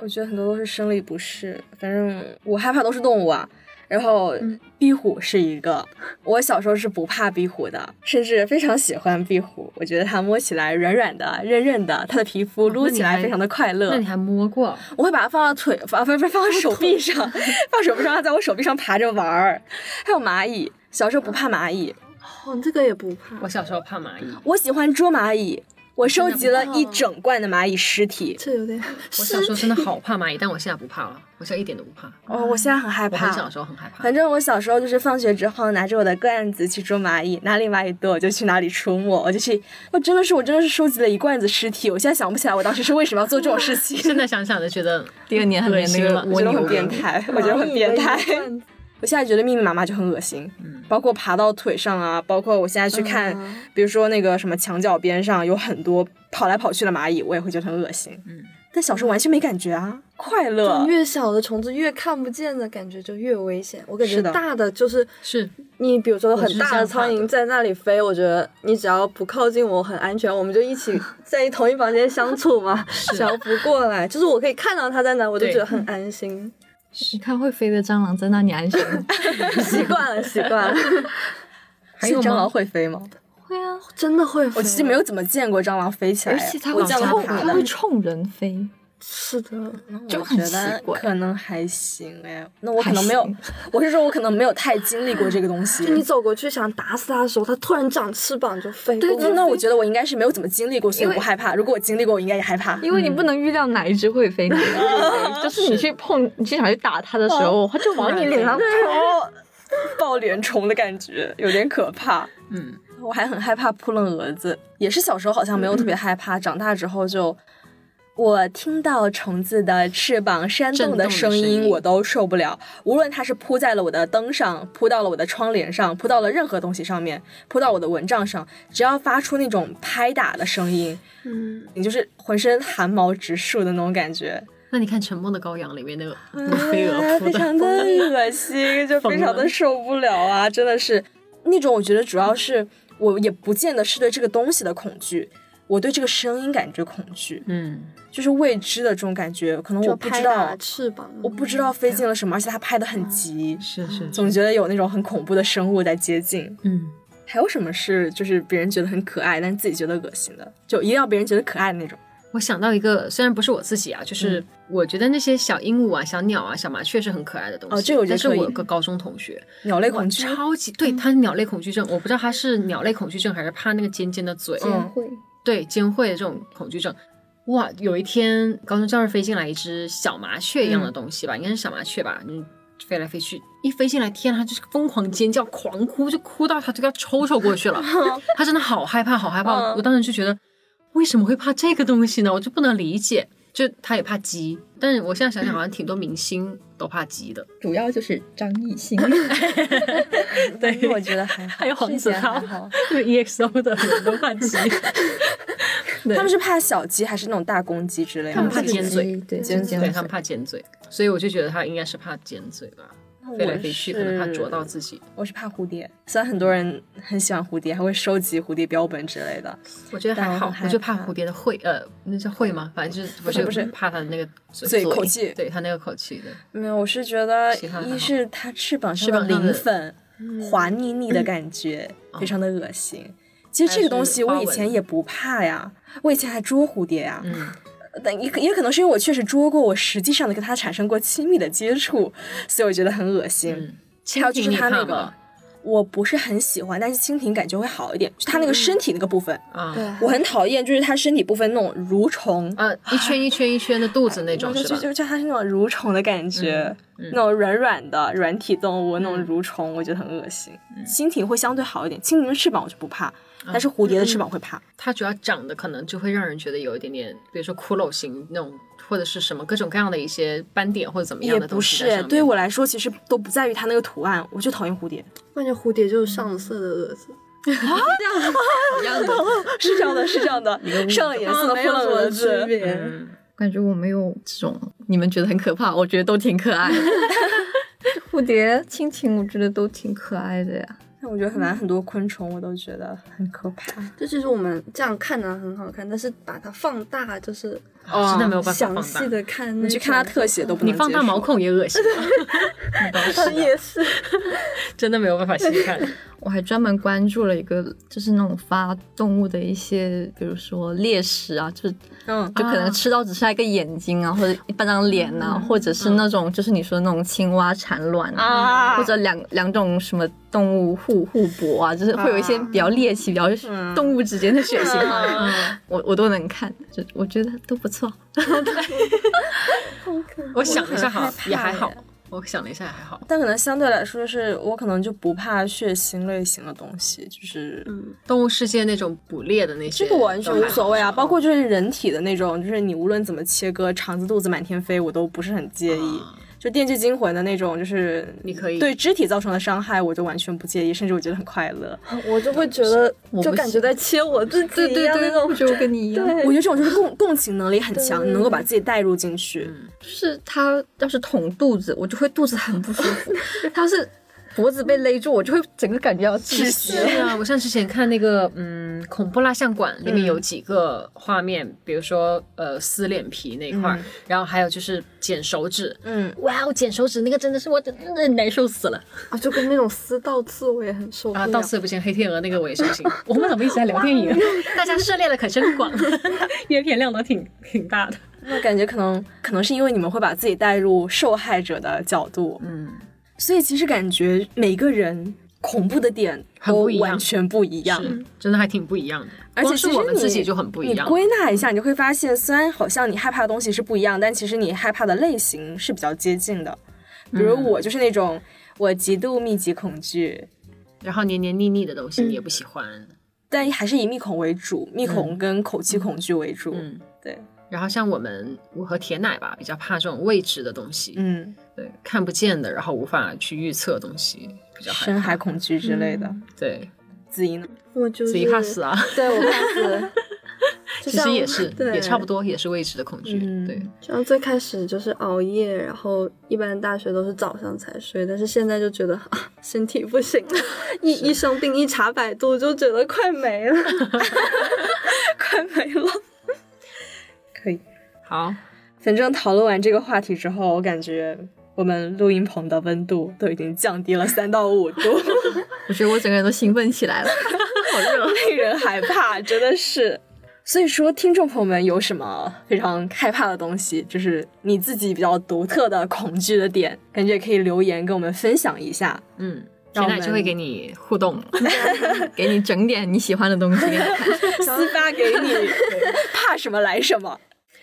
Speaker 1: 我觉得很多都是生理不适，反正我害怕都是动物啊。然后
Speaker 3: 嗯
Speaker 1: 壁虎是一个，我小时候是不怕壁虎的，甚至非常喜欢壁虎。我觉得它摸起来软软的、韧韧的，它的皮肤撸起
Speaker 3: 哦那
Speaker 1: 来
Speaker 3: 你还
Speaker 1: 非常的快乐。
Speaker 3: 那你还哦摸过？
Speaker 1: 我会把它放到腿，放不是放到手臂上， 放手臂上，它在我手臂上爬着玩儿。还有蚂蚁，小时候不怕蚂蚁，
Speaker 4: 哦，这个也不怕，
Speaker 3: 我小时候怕蚂 蚁，
Speaker 1: 我喜欢捉蚂蚁，
Speaker 3: 哦
Speaker 1: 我收集了一整罐的蚂蚁尸体。
Speaker 4: 这有点，
Speaker 3: 我小时候真的好怕蚂蚁，但我现在不怕了，我现在一点都不怕。
Speaker 1: 哦，我现在很害
Speaker 3: 啊我
Speaker 1: 怕
Speaker 3: 很。小时候很害怕
Speaker 1: 反，正我小时候就是放学之后拿着我的罐子去捉蚂蚁，哪里蚂蚁多我就去哪里出没，我就去，我真的是我真的是收集了一罐子尸体，我现在想不起来我当时是为什么要做这种事情，
Speaker 3: 现在想想就觉得
Speaker 2: 第二年很
Speaker 3: 恶
Speaker 2: 连那
Speaker 3: 心了
Speaker 2: 个
Speaker 1: 我
Speaker 2: 蜗
Speaker 1: 觉得
Speaker 2: 牛
Speaker 1: 很变
Speaker 2: 梗，
Speaker 1: 态，我觉得很变 态。我现在觉得密密麻麻就很恶心，
Speaker 3: 嗯
Speaker 1: 包括爬到腿上啊，包括我现在去看，
Speaker 4: 嗯
Speaker 1: 比如说那个什么墙角边上有很多跑来跑去的蚂蚁，我也会觉得很恶心。
Speaker 3: 嗯，
Speaker 1: 但小时候完全没感觉啊，快乐
Speaker 4: 就。越小的虫子越看不见的感觉就越危险。我感觉
Speaker 1: 是的
Speaker 4: 大的就是
Speaker 3: 是
Speaker 4: 你，比如说
Speaker 3: 我是
Speaker 4: 很
Speaker 3: 这
Speaker 4: 大
Speaker 3: 样
Speaker 4: 的苍
Speaker 3: 怕的
Speaker 4: 蝇在那里飞，我觉得你只要不靠近我，很安全，我们就一 起在同一房间相处嘛。只要不过来，就是我可以看到它在哪，我就
Speaker 3: 对
Speaker 4: 觉得很安 心。
Speaker 2: 你看会飞的蟑螂在那里安心。
Speaker 4: 习惯了，习惯了，
Speaker 3: 还有
Speaker 1: 是蟑
Speaker 3: 吗
Speaker 1: 螂会飞吗？
Speaker 2: 会啊，
Speaker 4: 真的会飞。
Speaker 1: 我其实没有怎么见过蟑螂飞起来
Speaker 2: 而
Speaker 1: 呀，
Speaker 2: 且哎它
Speaker 1: 我
Speaker 2: 会
Speaker 1: 见过
Speaker 2: 冲，
Speaker 1: 爬
Speaker 2: 它
Speaker 1: 的
Speaker 2: 会。冲人飞。
Speaker 4: 是的，
Speaker 2: 就
Speaker 1: 我
Speaker 2: 很
Speaker 1: 觉
Speaker 2: 奇
Speaker 1: 得
Speaker 2: 怪
Speaker 1: 可能还行哎，那我可能
Speaker 2: 还
Speaker 1: 没有
Speaker 2: 行，
Speaker 1: 我是说我可能没有太经历过这个东西。
Speaker 4: 就你走过去想打死它的时候，它突然长翅膀就飞过来。
Speaker 1: 那那我觉得我应该是没有怎么经历过，所以
Speaker 2: 因
Speaker 1: 我
Speaker 2: 为
Speaker 1: 不害怕。如果我经历过，我应该也害怕。
Speaker 2: 因为你
Speaker 3: 嗯
Speaker 2: 不能预料哪一只会 飞，哪一只不会飞就是你去碰，你去想去打它的时候，它就往你脸上
Speaker 1: 哦，抱脸虫的感觉有点可怕。
Speaker 3: 嗯，
Speaker 1: 我还很害怕扑棱蛾子，也是小时候好像没有特别害怕，长大之后就。我听到虫子的翅膀扇动的声
Speaker 3: 震动的声
Speaker 1: 音，
Speaker 3: 音
Speaker 1: 我都受不了。无论它是扑在了我的灯上，扑到了我的窗帘上，扑到了任何东西上面，扑到我的蚊帐上，只要发出那种拍打的声音，
Speaker 4: 嗯，
Speaker 1: 你就是浑身汗毛直竖的那种感觉。
Speaker 3: 那你看《沉默的羔羊》里面那个 那个飞
Speaker 1: 啊
Speaker 3: 蛾扑
Speaker 1: 非
Speaker 3: 的，
Speaker 1: 常的恶心，就非常的受不了啊！真的是那种，我觉得主要是我也不见得是对这个东西的恐惧，我对这个声音感觉恐惧，
Speaker 3: 嗯，
Speaker 1: 就是未知的这种感觉，可能
Speaker 4: 就
Speaker 1: 我不
Speaker 4: 拍
Speaker 1: 知
Speaker 4: 打
Speaker 1: 道，
Speaker 4: 翅膀，
Speaker 1: 我不知道飞进了什么，而且它拍的很急，
Speaker 3: 是是，
Speaker 1: 总觉得有那种很恐怖的生物在接近。
Speaker 3: 嗯，
Speaker 1: 还有什么是就是别人觉得很可爱，但自己觉得恶心的，就一定要别人觉得可爱的那种。
Speaker 3: 我想到一个，虽然不是我自己啊，就是我觉得那些小鹦鹉啊、小鸟啊、小麻雀是很可爱的东西。
Speaker 1: 哦这个我觉得
Speaker 3: 但是
Speaker 1: 可以
Speaker 3: 我有个高中同学，
Speaker 1: 鸟类
Speaker 3: 哇
Speaker 1: 恐惧，嗯
Speaker 3: 超级对，他是鸟类恐惧症，我不知道他是鸟类恐惧症还是怕那个尖尖的嘴，
Speaker 1: 嗯
Speaker 5: 会
Speaker 3: 对尖喙的这种恐惧症。哇，有一天高中教室飞进来一只小麻雀一样的
Speaker 1: 嗯
Speaker 3: 东西吧，应该是小麻雀吧，嗯，飞来飞去，一飞进来，天啊，它就是疯狂尖叫、狂哭，就哭到它都要抽抽过 去了。
Speaker 1: 嗯
Speaker 3: 它真的好害怕，好害怕！
Speaker 4: 嗯
Speaker 3: 我当时就觉得，为什么会怕这个东西呢？我就不能理解。就它也怕鸡，但是我现在想想，好像挺多明星都怕鸡的。
Speaker 5: 主要就是张艺兴，
Speaker 1: 对，我觉得 还好，
Speaker 3: 还有黄
Speaker 1: 这
Speaker 3: 子
Speaker 1: 一点
Speaker 3: 韬
Speaker 1: 还好。 ，E
Speaker 3: 就 EXO 的很多怕鸡，对
Speaker 1: 他们是怕小鸡还是那种大公鸡之类
Speaker 3: 他
Speaker 1: 的
Speaker 3: 们？怕尖嘴，
Speaker 5: 对
Speaker 1: 尖
Speaker 5: 嘴
Speaker 3: 对他们怕尖 嘴，所以我就觉得他应该是怕尖嘴吧，飞来飞去可能怕啄到自己。
Speaker 1: 我是怕蝴蝶，虽然很多人很喜欢蝴蝶，还会收集蝴蝶标本之类的。
Speaker 3: 我觉得
Speaker 1: 但
Speaker 3: 还
Speaker 1: 我
Speaker 3: 好
Speaker 1: 很，害
Speaker 3: 我就怕
Speaker 1: 怕
Speaker 3: 蝴蝶的喙，呃，那叫喙吗？反正就是我
Speaker 1: 是
Speaker 3: 就
Speaker 1: 不是
Speaker 3: 怕它的那个嘴
Speaker 1: 嘴口气
Speaker 3: 对它那个口气的。
Speaker 1: 没有，我是觉得
Speaker 3: 喜欢还好
Speaker 1: 一是它翅膀上
Speaker 3: 翅
Speaker 1: 的
Speaker 3: 膀上的嗯
Speaker 1: 鳞粉滑腻腻的感觉，非常的恶心。其实这个东西
Speaker 3: 还
Speaker 1: 我
Speaker 3: 有哦是
Speaker 1: 以
Speaker 3: 花
Speaker 1: 前
Speaker 3: 纹
Speaker 1: 也不怕呀，我以前还捉蝴蝶呀，
Speaker 3: 嗯，
Speaker 1: 但也可也可能是因为我确实捉过，我实际上的跟它产生过亲密的接触，所以我觉得很恶心。
Speaker 3: 嗯
Speaker 1: 还有就是
Speaker 3: 你
Speaker 1: 它那
Speaker 3: 怕
Speaker 1: 个
Speaker 3: 吗？
Speaker 1: 我不是很喜欢，但是蜻蜓感觉会好一点，就它那个身体那个部分，
Speaker 3: 啊，
Speaker 1: 我很讨厌，就是它身体部分那种蠕虫。
Speaker 3: 呃，一圈一圈一圈的肚 子那种
Speaker 1: 我就是就
Speaker 3: 吧？
Speaker 1: 就就它是那种蠕虫的感觉，
Speaker 3: 嗯嗯
Speaker 1: 那种软软的软体动物，那种蠕虫，我觉得很恶心。
Speaker 3: 嗯
Speaker 1: 蜻蜓会相对好一点，蜻蜓的翅膀我就不怕，但是蝴蝶的翅膀会怕。
Speaker 3: 它主要长得可能就会让人觉得有一点点，比如说骷髅型那种，或者是什么各种各样的一些斑点或者怎么样
Speaker 1: 也
Speaker 3: 的
Speaker 1: 不
Speaker 3: 东西在上
Speaker 1: 是，
Speaker 3: 面
Speaker 1: 对我来说其实都不在于它那个图案，我就讨厌蝴 蝶，
Speaker 4: 感觉蝴蝶就是上色的蛾子，
Speaker 3: 一样的。
Speaker 1: 是这样的，是这 样的，上了颜色的
Speaker 4: 啊没
Speaker 1: 扑
Speaker 4: 有
Speaker 1: 棱
Speaker 4: 什么
Speaker 1: 蛾
Speaker 4: 区
Speaker 1: 子。
Speaker 4: 别。
Speaker 3: 嗯
Speaker 2: 感觉我没有这种你们觉得很可怕，我觉得都挺可 爱的。 蝴蝶、蜻蜓，我觉得都挺可爱的呀。
Speaker 1: 但我觉得很难，很多昆虫我都觉得很可怕。
Speaker 4: 就其实我们这样看呢很好看，但是把它放大就是
Speaker 1: 哦
Speaker 3: 真的没有办法
Speaker 4: 详
Speaker 3: 放
Speaker 4: 细
Speaker 3: 大。
Speaker 4: 的看，
Speaker 1: 你去看它特写都不能
Speaker 3: 你放
Speaker 1: 接
Speaker 3: 大
Speaker 1: 受
Speaker 3: 毛孔也 恶心，
Speaker 4: 也是，
Speaker 3: 真的没有办法细 看。
Speaker 2: 我还专门关注了一个，就是那种发动物的一些，比如说猎食啊，就是
Speaker 1: 嗯，
Speaker 2: 就可能吃到只剩下一个眼睛啊，或者一半张脸呐、或者是那种、就是你说的那种青蛙产卵啊，
Speaker 1: 啊
Speaker 2: 或者两两种什么动物互互搏啊，就是会有一些比较猎奇、比较
Speaker 1: 嗯
Speaker 2: 动物之间的血腥啊，
Speaker 3: 嗯
Speaker 2: 我我都能看，就我觉得都不错。
Speaker 3: 我想了一下，好
Speaker 1: 我很害怕
Speaker 3: 也还好
Speaker 1: 耶。
Speaker 3: 我想了一下，也还好。
Speaker 1: 但可能相对来说，就是我可能就不怕血腥类型的东西，就是
Speaker 4: 嗯，
Speaker 3: 动物世界那种捕猎的那些，
Speaker 1: 这个完全无所谓啊。包括
Speaker 3: 这
Speaker 1: 就是人体的那种，就是你无论怎么切割，肠子、肚子满天飞，我都不是很介意。就《电锯惊魂》的那种，就是
Speaker 3: 啊你可以
Speaker 1: 对肢体造成的伤害，我就完全不介意，甚至我觉得很快乐。
Speaker 4: 我就会觉得
Speaker 2: 我不
Speaker 4: 就感觉在切我自己一样那种。
Speaker 2: 就跟你一样，
Speaker 1: 我觉得这种就是共共情能力很强，你能够把自己带入进去。
Speaker 2: 就是他要是捅肚子，我就会肚子很不舒服；他要是脖子被勒住，我就会整个感觉要窒息。
Speaker 3: 是啊，我像之前看那个嗯恐怖蜡像馆，里面有几个画面，比如说呃撕脸皮那一块儿，然后还有就是剪手指，
Speaker 1: 嗯，
Speaker 3: 嗯哇哦，剪手指那个真的是我真的难受死了
Speaker 4: 啊，就跟那种撕倒刺我也很受不
Speaker 3: 啊！
Speaker 4: 了。
Speaker 3: 到此不行，黑天鹅那个我也伤 心。我们怎么一直在聊电影？大家涉猎的可真 广，阅片量都挺挺大的。
Speaker 1: 那感觉可能可能是因为你们会把自己带入受害者的角度，
Speaker 3: 嗯，
Speaker 1: 所以其实感觉每个人恐怖的点
Speaker 3: 很
Speaker 1: 都
Speaker 3: 不一样
Speaker 1: 完全不一样。
Speaker 3: 是真的还挺不一样的，
Speaker 1: 而且
Speaker 3: 光
Speaker 1: 其
Speaker 3: 是
Speaker 1: 实
Speaker 3: 我们
Speaker 1: 你
Speaker 3: 自己就很不一样
Speaker 1: 你。归纳一下，你就会发现，虽然好像你害怕的东西是不一样，但其实你害怕的类型是比较接近的。比如
Speaker 3: 嗯
Speaker 1: 我就是那种、我极度密集恐惧，
Speaker 3: 然后黏黏腻腻的东
Speaker 1: 嗯
Speaker 3: 西你也不喜欢。
Speaker 1: 但还是以密恐为主，密恐跟口气恐惧为主。
Speaker 3: 嗯，
Speaker 1: 对，
Speaker 3: 然后像我们，我和铁奶吧，比较怕这种未知的东西，
Speaker 1: 嗯，
Speaker 3: 对，看不见的，然后无法去预测的东西，比较害嗯
Speaker 1: 深海恐惧之类的。
Speaker 3: 对，
Speaker 1: 子怡呢？
Speaker 4: 我就是
Speaker 3: 自己怕死啊，
Speaker 4: 对我怕死。 就
Speaker 3: 其实
Speaker 4: 像
Speaker 3: 也是，
Speaker 4: 对
Speaker 3: 也差不多，也是未知的恐惧，
Speaker 1: 嗯
Speaker 3: 对，
Speaker 4: 像最开始就是熬夜，然后一般大学都是早上才睡，但是现在就觉得 啊，身体不行 了，一一生病一查百度就觉得快没 了，快没了。
Speaker 1: 可以。
Speaker 3: 好，
Speaker 1: 反正讨论完这个话题之后，我感觉我们录音棚的温度都已经降低了三到五度，
Speaker 2: 我觉得我整个人都兴奋起来了。
Speaker 1: 令人害怕，真的是。所以说，听众朋友们有什么非常害怕的东西，就是你自己比较独特的恐惧的点，感觉也可以留言跟我们分享一下。
Speaker 3: 嗯，
Speaker 1: 让
Speaker 3: 现
Speaker 1: 我
Speaker 3: 在
Speaker 1: 们
Speaker 3: 就会给你互动。
Speaker 2: 给你整点你喜欢的东西。
Speaker 1: 私发给 你， 怕什么来什么。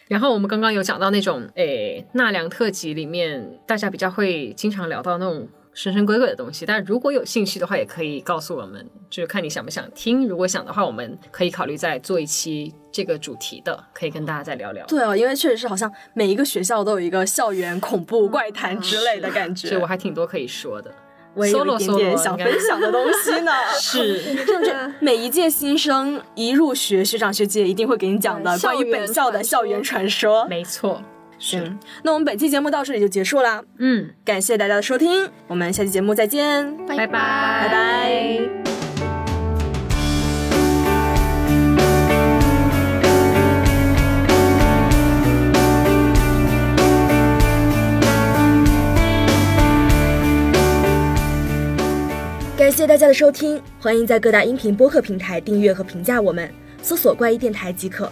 Speaker 3: 然后我们刚刚有讲到那种，诶，纳凉特辑里面大家比较会经常聊到那种神神鬼鬼的东西，但如果有兴趣的话，也可以告诉我们，就是看你想不想听。如果想的话，我们可以考虑再做一期这个主题的，可以跟大家再聊聊。
Speaker 1: 对哦，因为确实是好像每一个学校都有一个校园恐怖怪谈之类的感觉。
Speaker 3: 嗯所以我还挺多可以说的。
Speaker 1: 我也有
Speaker 3: solo
Speaker 1: 一点点
Speaker 3: solo
Speaker 1: 想
Speaker 3: 应该
Speaker 1: 分享的东西 呢。
Speaker 3: 是，
Speaker 1: 真的，每一届新生一入学，学长学姐一定会给你讲的
Speaker 4: 对
Speaker 1: 关于本校的校
Speaker 4: 校
Speaker 1: 园
Speaker 4: 园
Speaker 1: 传说。
Speaker 3: 没错，是，
Speaker 1: 嗯，那我们本期节目到这里就结束啦，
Speaker 3: 嗯，
Speaker 1: 感谢大家的收听，我们下期节目再见，
Speaker 3: 拜拜
Speaker 1: 拜拜感谢大家的收听，欢迎在各大音频播客平台订阅和评价我们，搜索“怪异电台”即可。